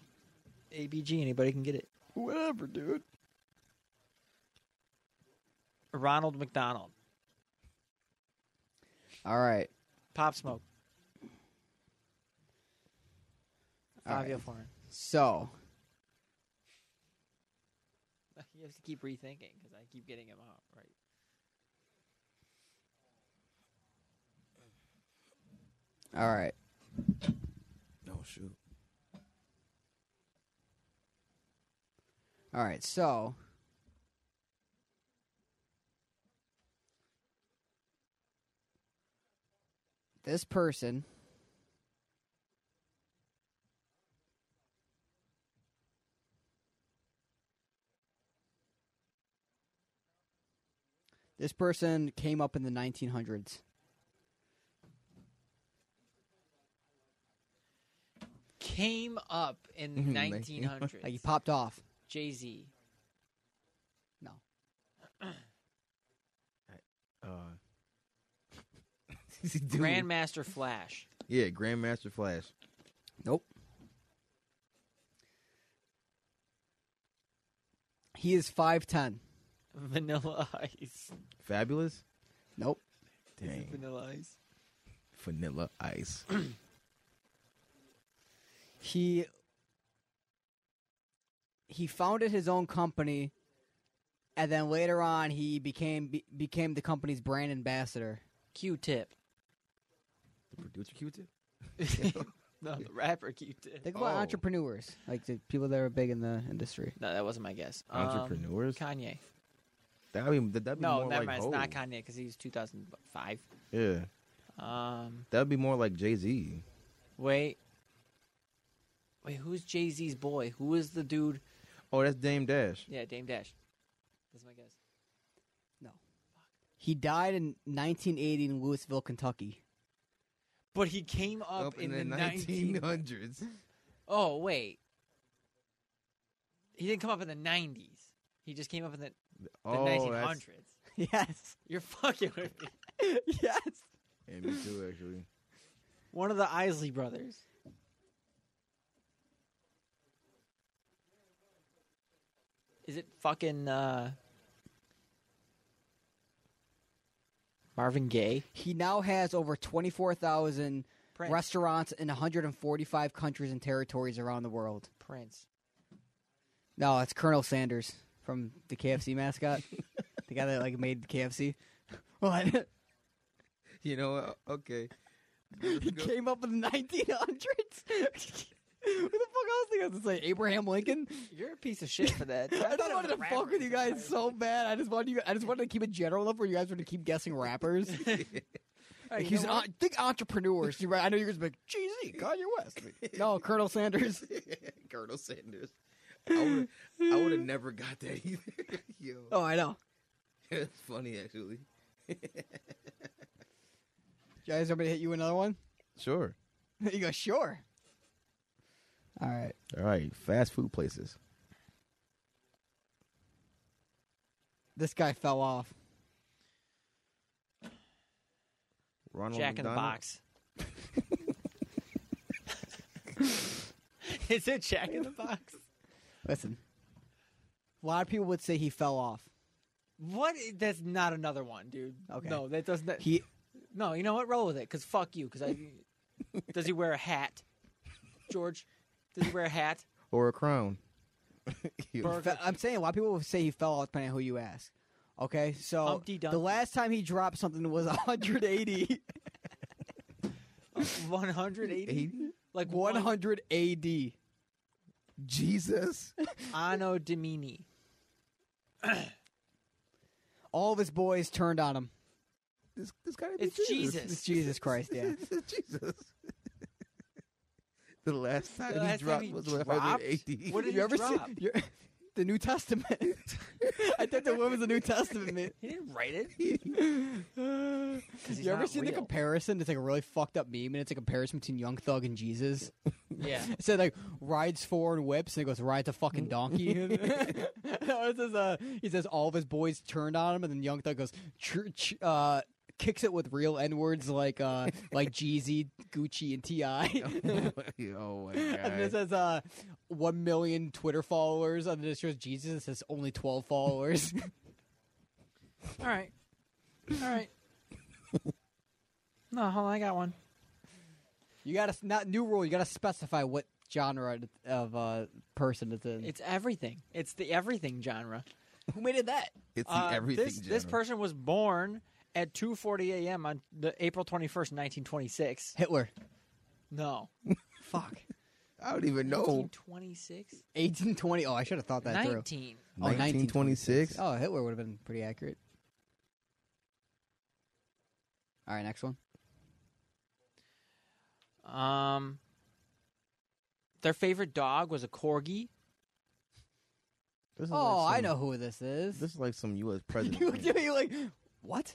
ABG, anybody can get it.
Whatever, dude.
Ronald McDonald,
All right.
Pop Smoke,
All right.
Fabio Foreign.
So
You have to keep rethinking because I keep getting him out right.
all right.
Oh shoot.
All right, so this person This person came up in the 1900s.
Came up in
Mhm,
1900s.
Like he popped off.
Jay Z.
Uh. Dude.
Grandmaster Flash.
yeah, Grandmaster Flash.
Nope. He is 5'10.
Vanilla Ice.
Fabulous.
Nope.
Is it
Dang.
Vanilla Ice.
Vanilla Ice.
he he founded his own company and then later on he became be, became the company's brand ambassador
Q-Tip.
the producer Q-Tip.
no, the rapper Q-Tip.
think about
Oh.
entrepreneurs like the people that are big in the industry
No, that wasn't my guess. Um,
Entrepreneurs.
Kanye.
that'd be that'd be
No,
more
never
like
mind. It's
Hov.
not Kanye because he's 2005.
Yeah,
Um,
that'd be more like Jay Z.
wait. Wait, who's Jay Z's boy? Who is the dude?
Oh, that's Dame Dash.
Yeah, Dame Dash. That's my guess.
he died in 1980 in louisville kentucky
But he came up, in, the 19.
1900s.
Oh, wait. He didn't come up in the 90s. He just came up in the, the
Oh,
1900s.
that's-
yes
You're fucking with me.
yes
yeah, me too, actually.
One of the Isley brothers. Is it fucking uh Marvin Gaye?
he now has over 24000
Prince.
restaurants in 145 countries and territories around the world
Prince.
no it's colonel sanders from the kfc mascot the guy that like made kfc what
You know, what? okay.
He came up in the 1900s. Who the fuck else think I was gonna say? Abraham Lincoln?
You're a piece of shit for that.
I
thought
just
it
wanted
was
to fuck with you
rappers.
guys so bad. I just wanted you. I just wanted to keep it general enough where you guys were to keep guessing rappers.
Hey,
Like,
you
he's
know
an,
what?
en- think entrepreneurs. You're right. I know you're gonna be like, Jay Z, Kanye West. no, Colonel Sanders.
Colonel Sanders. I would I would have never got that either. Yo,
Oh, I know.
that's funny actually.
You guys, somebody hit you with another one?
Sure.
you go, sure. All right.
All right, fast food places.
This guy fell off.
Ronald
Jack in the
McDonald?
Box. Is it Jack in the Box?
Listen, a lot of people would say he fell off.
What? That's not another one, dude.
Okay.
No, that does not.
He
No, you know what? Roll with it, because fuck you. Because I does he wear a hat? George, does he wear a hat?
or a crown. Yo,
Burger.
Fe- I'm saying a lot of people will say he fell off depending on who you ask. Okay, so
Humpty Dumpty.
the last time he dropped something was 180,
One hundred eighty,
eighty?
like one
100 AD.
Jesus.
Anno Domini.
All of his boys turned on him.
This this gotta be
It's
It's
Jesus.
Jesus Christ, yeah.
Jesus. the last time he
The last time
dropped
he
was
dropped?
180.
What did
you
he
ever
drop?
see? you- the New Testament. I thought the woman's the New Testament.
He didn't write it.
You ever seen the comparison? It's like a really fucked up meme, and it's a comparison between Young Thug and Jesus.
Yeah.
It said like rides four and whips, and it goes rides a fucking donkey. No, it says, uh, he says all of his boys turned on him, and then Young Thug goes "Ch- ch- uh, kicks it with real n words like uh, like Jeezy, Gucci, and Ti.
oh my god.
And it says uh, one million Twitter followers, and then it shows Jesus and says only twelve followers.
All right. All right. no, hold on. I got one.
you gotta s- not new rule. You gotta specify what genre it- of uh, person it's in.
It's everything. It's the everything genre.
who made it that?
it's
Uh,
the everything.
This, this
general.
person was born at 2:40 a.m. on the April 21st, 1926.
Hitler.
No,
Fuck.
I don't even
Oh,
know.
1926.
Eighteen twenty. Oh, I should have thought that through.
19.
Oh,
1926.
Oh, Hitler would have been pretty accurate. All right, next one.
Um, their favorite dog was a corgi.
This is
Oh,
like
I
some-
know who this is.
This is like some U.S.
you
president.
looked at me like, what?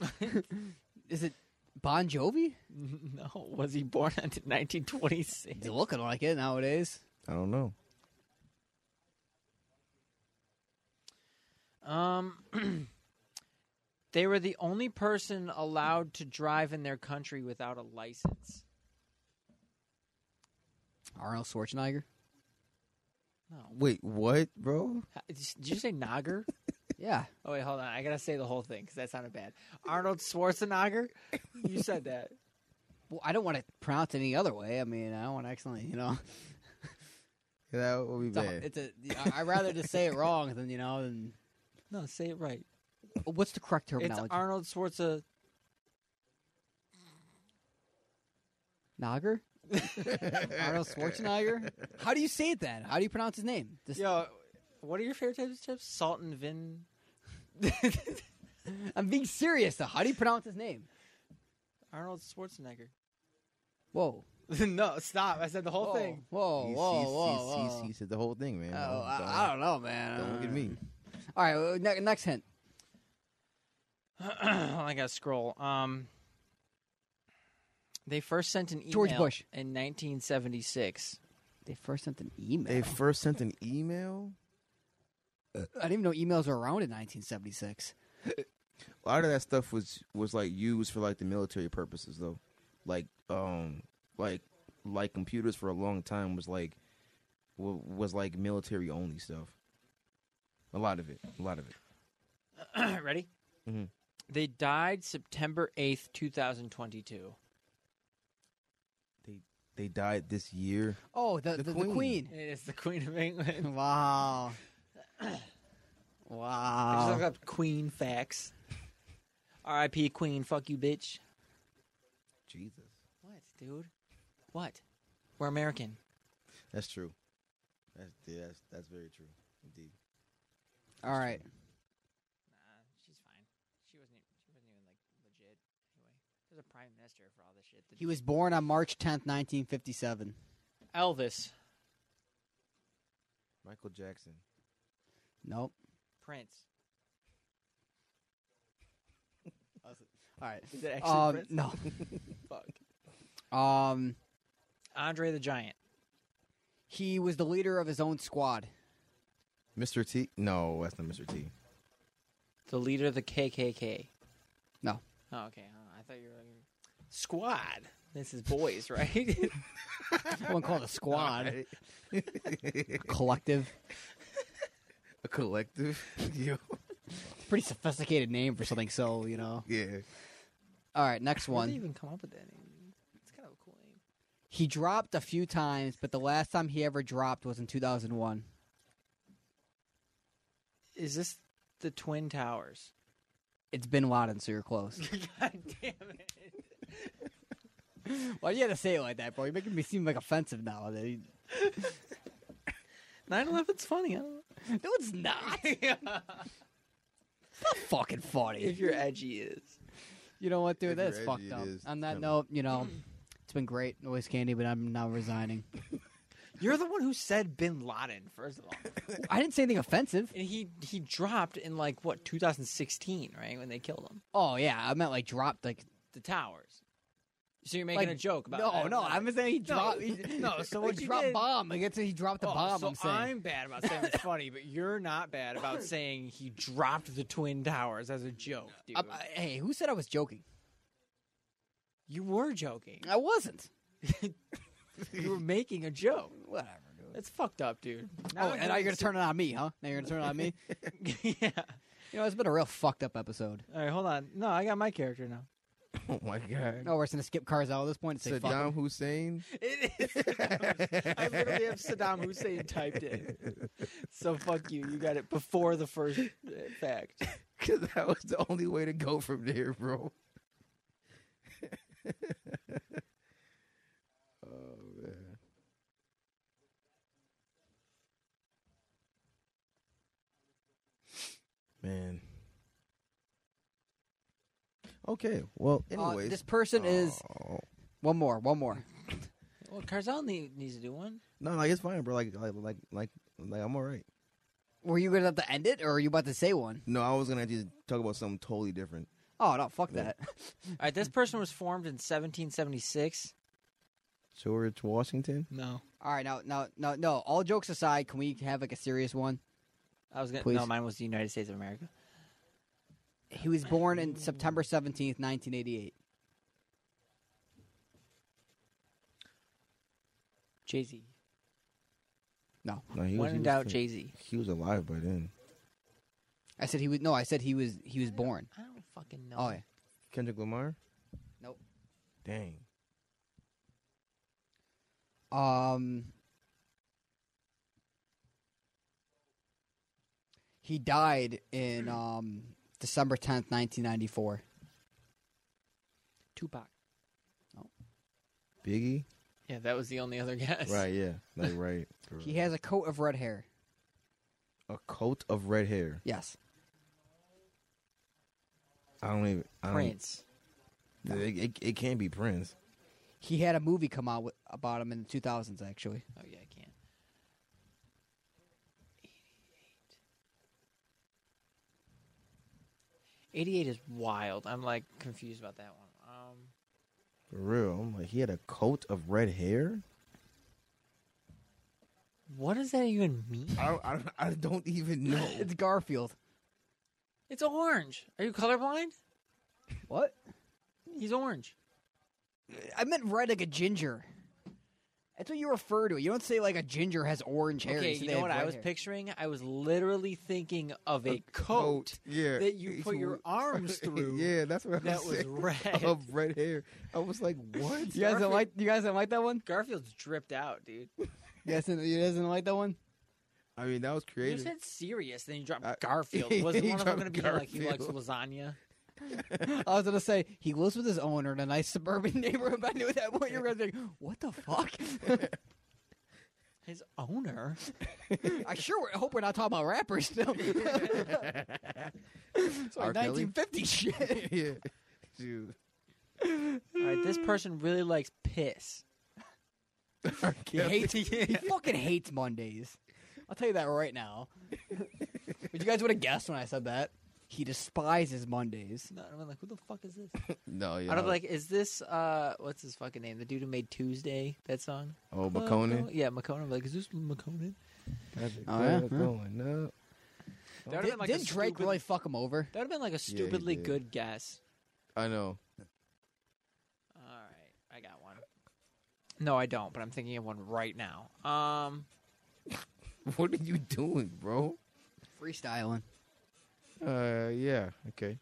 is it Bon Jovi?
No, was he born in 1926?
He's looking like it nowadays.
I don't know.
Um, they were the only person allowed to drive in their country without a license.
Arnold Schwarzenegger.
Wait, what, bro?
Uh, Did you say Nager?
Yeah.
Oh wait, hold on. I gotta say the whole thing because that sounded bad. Arnold Schwarzenegger. You said that.
Well, I don't want to pronounce it any other way. I mean, I don't want to accidentally, you know.
That would be
It's a,
bad.
it's a, I- I'd rather just say it wrong than, you know, than.
No, say it right.
What's the correct
It's
terminology?
Arnold Schwarzenegger.
Nager? Arnold Schwarzenegger? How do you say it then? How do you pronounce his name? Just-
Yo, what are your favorite types of chips? Salt and vin.
I'm being serious though. How do you pronounce his name?
Arnold Schwarzenegger.
Whoa.
no, stop. I said the whole
Whoa.
thing.
Whoa,
He-
whoa,
he-
whoa,
he-
whoa.
he- he said the whole thing, man.
Oh,
Don't-
I, I don't know, man.
don't look at me.
All right, well, ne- next hint.
I gotta scroll. Um, they first sent an email
George Bush.
in 1976.
They first sent an email.
They first sent an email.
I didn't even know emails were around in 1976.
A lot of that stuff was was like used for like the military purposes though, like um like like computers for a long time was like wa- was like military only stuff. A lot of it. A lot of it.
Ready?
Mm-hmm.
Mhm.
They died September 8th, 2022.
They died this year.
Oh, the
The
the, the
Queen.
queen.
It is the Queen of England.
Wow.
Just look
wow.
up Queen facts. R.I.P. Queen. Fuck you, bitch.
Jesus.
What, dude? What? We're American.
That's true. That's yeah, that's that's very true indeed.
All right.
Nah, she's fine. She wasn't. e- She wasn't even like legit. Anyway, there's a prime minister for all this shit.
He was born on March 10th, 1957.
Elvis,
Michael Jackson.
Nope.
Prince.
All right.
Is it actually
Um,
Prince?
no.
Fuck.
Um,
Andre the Giant.
he was the leader of his own squad.
Mr. T? No, that's not Mr. T.
The leader of the KKK.
No.
Oh, okay. Oh, I thought you were. Squad. This is boys, right?
I wouldn't call it a squad. Collective.
A collective. Yo.
Pretty sophisticated name for something so, you know.
Yeah.
All right, next
Why did they
one.
even come up with that name? It's kind of a cool name.
He dropped a few times, but the last time he ever dropped was in 2001.
Is this the Twin Towers?
It's Bin Laden, so you're close.
God damn it.
Why you gotta say it like that, bro? You're making me seem like offensive now. No,
9 11's funny. I don't know.
it's not. it's not fucking funny.
If you're edgy, it is.
You know what,
If
dude? That's
you're edgy,
fucked
it
up.
is.
On
Come
that
on.
note, you know, it's been great, noise candy, but I'm now resigning.
You're the one who said Bin Laden first of all,
I didn't say anything offensive.
and he he dropped in like what 2016, right when they killed him.
Oh yeah, I meant like dropped like.
The towers. So you're making
Like,
a joke about?
No,
it.
no, I'm saying he dropped. he-
no, so
he
what you
dropped
did-
bomb. Like it's, he dropped the
Oh,
bomb.
so
I'm saying.
bad about saying it's funny, but you're not bad about saying he dropped the twin towers as a joke, dude.
I'm- I- hey, who said I was joking?
you were joking.
I wasn't.
you were making a joke.
Whatever. Dude.
That's fucked up, dude.
Oh, and now you're gonna turn it on me, huh? Now you're gonna turn it on me.
gonna turn. yeah.
You know, it's been a real fucked up episode.
All right, hold on. No, I got my character now.
Oh my god.
No, we're just gonna skip Carzal at this point and say fuck.
Saddam
him.
Hussein.
It is. Saddam. I literally have Saddam Hussein typed in. So fuck you. You got it before the first uh, fact.
Because that was the only way to go from there, bro. oh man. Man. Okay. Well,
Uh,
anyways,
this person is
Oh.
one more, one more.
Well, Carzal need, needs to do one.
no, like it's fine, bro. Like, like, like, like, like I'm all right.
Were you gonna have to end it, or are you about to say one?
No, I was gonna just talk about something totally different.
Oh no, fuck
Yeah.
that.
All right, this person was formed in 1776.
George Washington.
No,
All right, now, now, no, no. All jokes aside, can we have like a serious one?
I was gonna. No,
Please.
mine was the United States of America.
He was born in September seventeenth, nineteen eighty-eight.
Jay Z.
No,
No, he
When
he
in doubt,
still-
Jay Z.
He was alive by then.
I said he was. No, I said he was. He was born.
I don't fucking know.
Oh yeah.
Kendrick Lamar?
Nope.
Dang.
Um, he died in um, December tenth, nineteen ninety four.
Tupac.
Biggie?
Yeah, that was the only other guess.
Right, yeah. Like right.
He has a coat of red hair.
a coat of red hair.
Yes,
I don't even I don't,
Prince.
It, it, it can't be Prince.
he had a movie come out with, about him in the two thousands. Actually,
Oh yeah, I can't. Eighty-eight is wild. I'm like confused about that one. Um,
For real. I'm like he had a coat of red hair?
what does that even mean?
I don't, I don't, I don't even know.
it's Garfield.
It's orange. Are you colorblind?
What?
He's orange.
I meant red like a ginger. That's what you refer to. You don't say like a ginger has orange hair.
okay,
say
you
they
know
have
what I
red
was
hair.
picturing? I was literally thinking of a, coat,
Yeah.
that you
It's
put your
w-
arms through.
yeah, that's what I
that
was
was
saying.
red.
Of red hair. I was like, what?
You guys don't like you guys don't like that one.
Garfield's dripped out, dude.
You guys didn't, you guys didn't like that one.
I mean, that was
You
creative.
said serious, then you dropped
I-
Garfield. Was
He
one of them going to
dropped
be like he likes
Garfield.
lasagna?
I was gonna say he lives with his owner in a nice suburban neighborhood. But I knew at that point you were gonna think, "What the fuck?"
His owner.
I sure were- hope we're not talking about rappers still. it's
R.
like
Kelly?
1950 shit.
yeah. Dude.
All right, this person really likes piss.
He hates. He fucking hates Mondays. I'll tell you that right now. but you guys would have guessed when I said that. He despises Mondays.
No, I'm like, who the fuck is this?
No, yeah.
I'd be like, is this uh, what's his fucking name? The dude who made Tuesday that song?
oh,
Well,
McConan.
no- Yeah, McConan. I'm Like, is this McConan?
Oh, yeah, yeah.
going up.
That would've been
Did,
like a
did Drake
stupid-
really fuck him over?
That would have been like a
he
stupidly
did.
good guess.
I know.
All right, I got one. No, I don't, but I'm thinking of one right now. Um,
What are you doing, bro?
Freestyling.
Uh, yeah. Okay.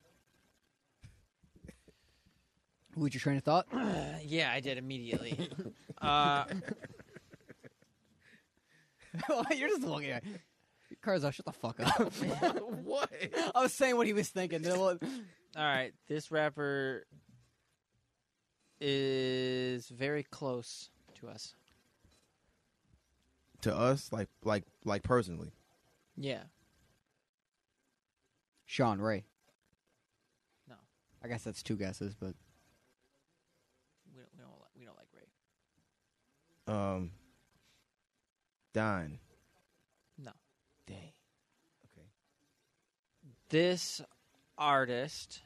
Who's your train of thought?
yeah, I did immediately. uh,
You're just looking at. Carzo, shut the fuck up.
what?
I was saying what he was thinking. Then what-
all right, this rapper is very close to us.
To us, like, like, like personally.
Yeah,
Sean Ray.
No.
I guess that's two guesses, but
we don't, we don't, like, we don't like Ray.
Um, Don.
No.
Dang.
This artist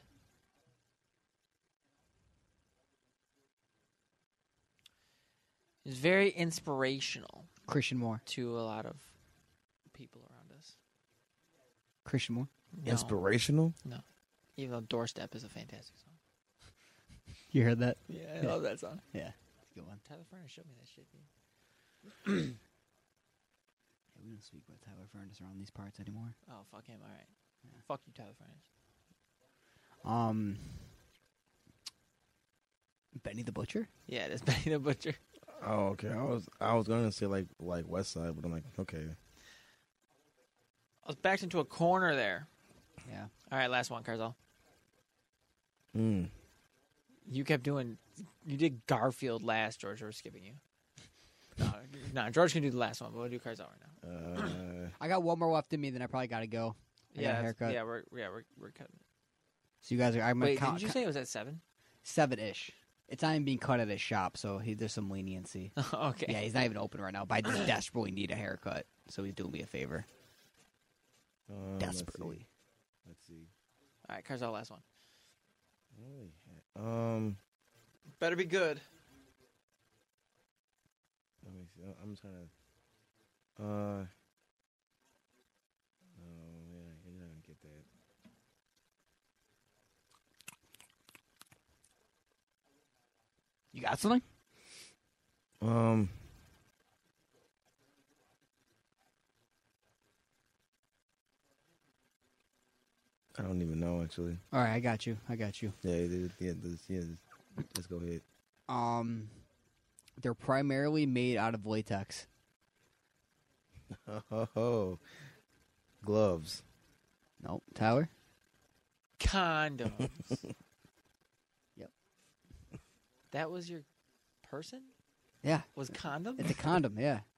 is very inspirational
Christian Moore.
to a lot of people around us.
Christian Moore.
No,
Inspirational?
even though Doorstep is a fantastic song.
You heard that?
Yeah,
I love
that song.
Yeah. Good one.
Tyler Furnish showed me that shit. Dude.
Yeah, we don't speak about Tyler Furnace around these parts anymore.
Oh, fuck him. All right. Fuck you, Tyler Furnish.
Um, Benny the Butcher.
Yeah, it is Benny the Butcher.
Oh, okay. I was I was gonna say like like West Side, but I'm like, okay.
I was backed into a corner there.
Yeah.
All right, last one, Carzal.
Hmm.
Mm.
You kept doing. You did Garfield last, George. We're skipping you. No, no, George can do the last one, but we'll do Carzal right now.
Uh,
I got one more left in me, then I probably got to go. I got
yeah,
a
that's-
haircut.
yeah, we're yeah we're we're cutting. it.
So you guys are. I'm
Wait,
gonna count,
did you say it was at seven?
seven ish? It's not even being cut at his shop, so he, there's some leniency.
okay.
Yeah, he's not even open right now, but I just desperately need a haircut, so he's doing me a favor.
um,
Oh,
let's see.
Desperately.
Let's see.
All right, Carzal, last one.
I don't really ha- Um,
Better be good.
let me see. I'm trying to. Uh. Oh man, you're not gonna get that.
You got something?
Um. I don't even know actually.
All right, I got you. I got you.
Yeah, it is- yeah, this, yeah. this- Let's go ahead.
Um, they're primarily made out of latex.
Oh, gloves.
Nope, Tyler.
Condoms.
Yep.
That was your person.
Yeah,
Was condom?
it's a condom. Yeah.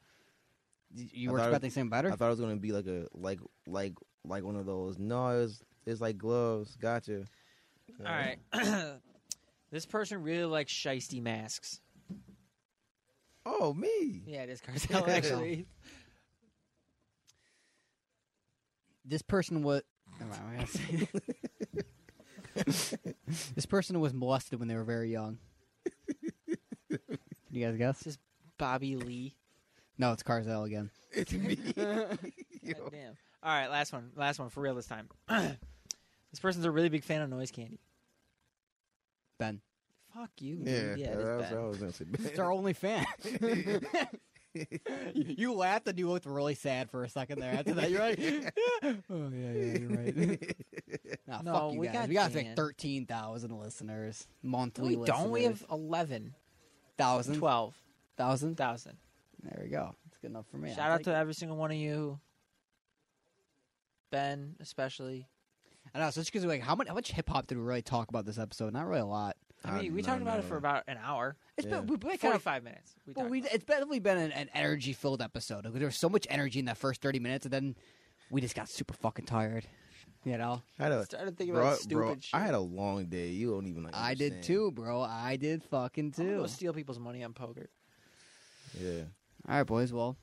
You- You
I
were
thought it-
expecting something better?
I thought it was gonna be like a like like like one of those. No, it's it's like gloves. Gotcha.
All right. this person really likes shisty masks.
Oh me.
Yeah, it is Carzal actually.
this person was. Never mind, I'm gonna say this person was molested when they were very young. Can you guys guess?
Just- Bobby Lee.
No, it's Carzell again.
It's me.
God damn. All right, last one. Last one for real this time. this person's a really big fan of noise candy.
Ben.
Fuck you. dude.
Yeah,
yeah, it
that
is
was,
bad.
I was gonna say.
It's our only fan. you laughed and you looked really sad for a second there. After that, you're like, oh yeah, yeah, you're right. Nah,
No,
fuck you
we
guys.
got
we got
Dan.
like thirteen thousand listeners
No,
monthly.
we don't. We have
listeners.
11,
thousand,
12,
thousand.
1,000.
There we go. It's good enough for me.
Shout out to every single one of you. Ben, especially.
I know. So it's because like how much how much hip hop did we really talk about this episode? Not really a lot.
I
Ah,
mean, we talked about it for about an hour,
It's
Yeah.
been we've been kind of.
45 minutes. We
Well,
talked
we,
about it.
it's definitely been an, an energy filled episode. Like, there was so much energy in that first thirty minutes, and then we just got super fucking tired. You know,
I had a,
started thinking
bro,
about stupid
bro,
shit.
I had a long day. You don't even like.
I did
understand.
too, bro. I did fucking
I'm gonna
too.
go steal people's money on poker.
Yeah.
All right, boys. Well,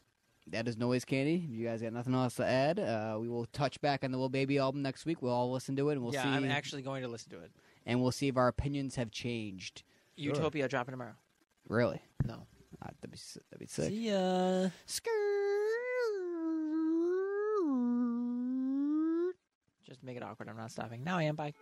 that is noise candy. If you guys got nothing else to add, uh, we will touch back on the little baby album next week. We'll all listen to it, and we'll
yeah,
see.
I'm actually going to listen to it.
and we'll see if our opinions have changed.
Utopia dropping tomorrow.
Really?
No.
Ah, that'd be si- that'd be sick.
See ya. Just to make it awkward. I'm not stopping. Now I am. Bye.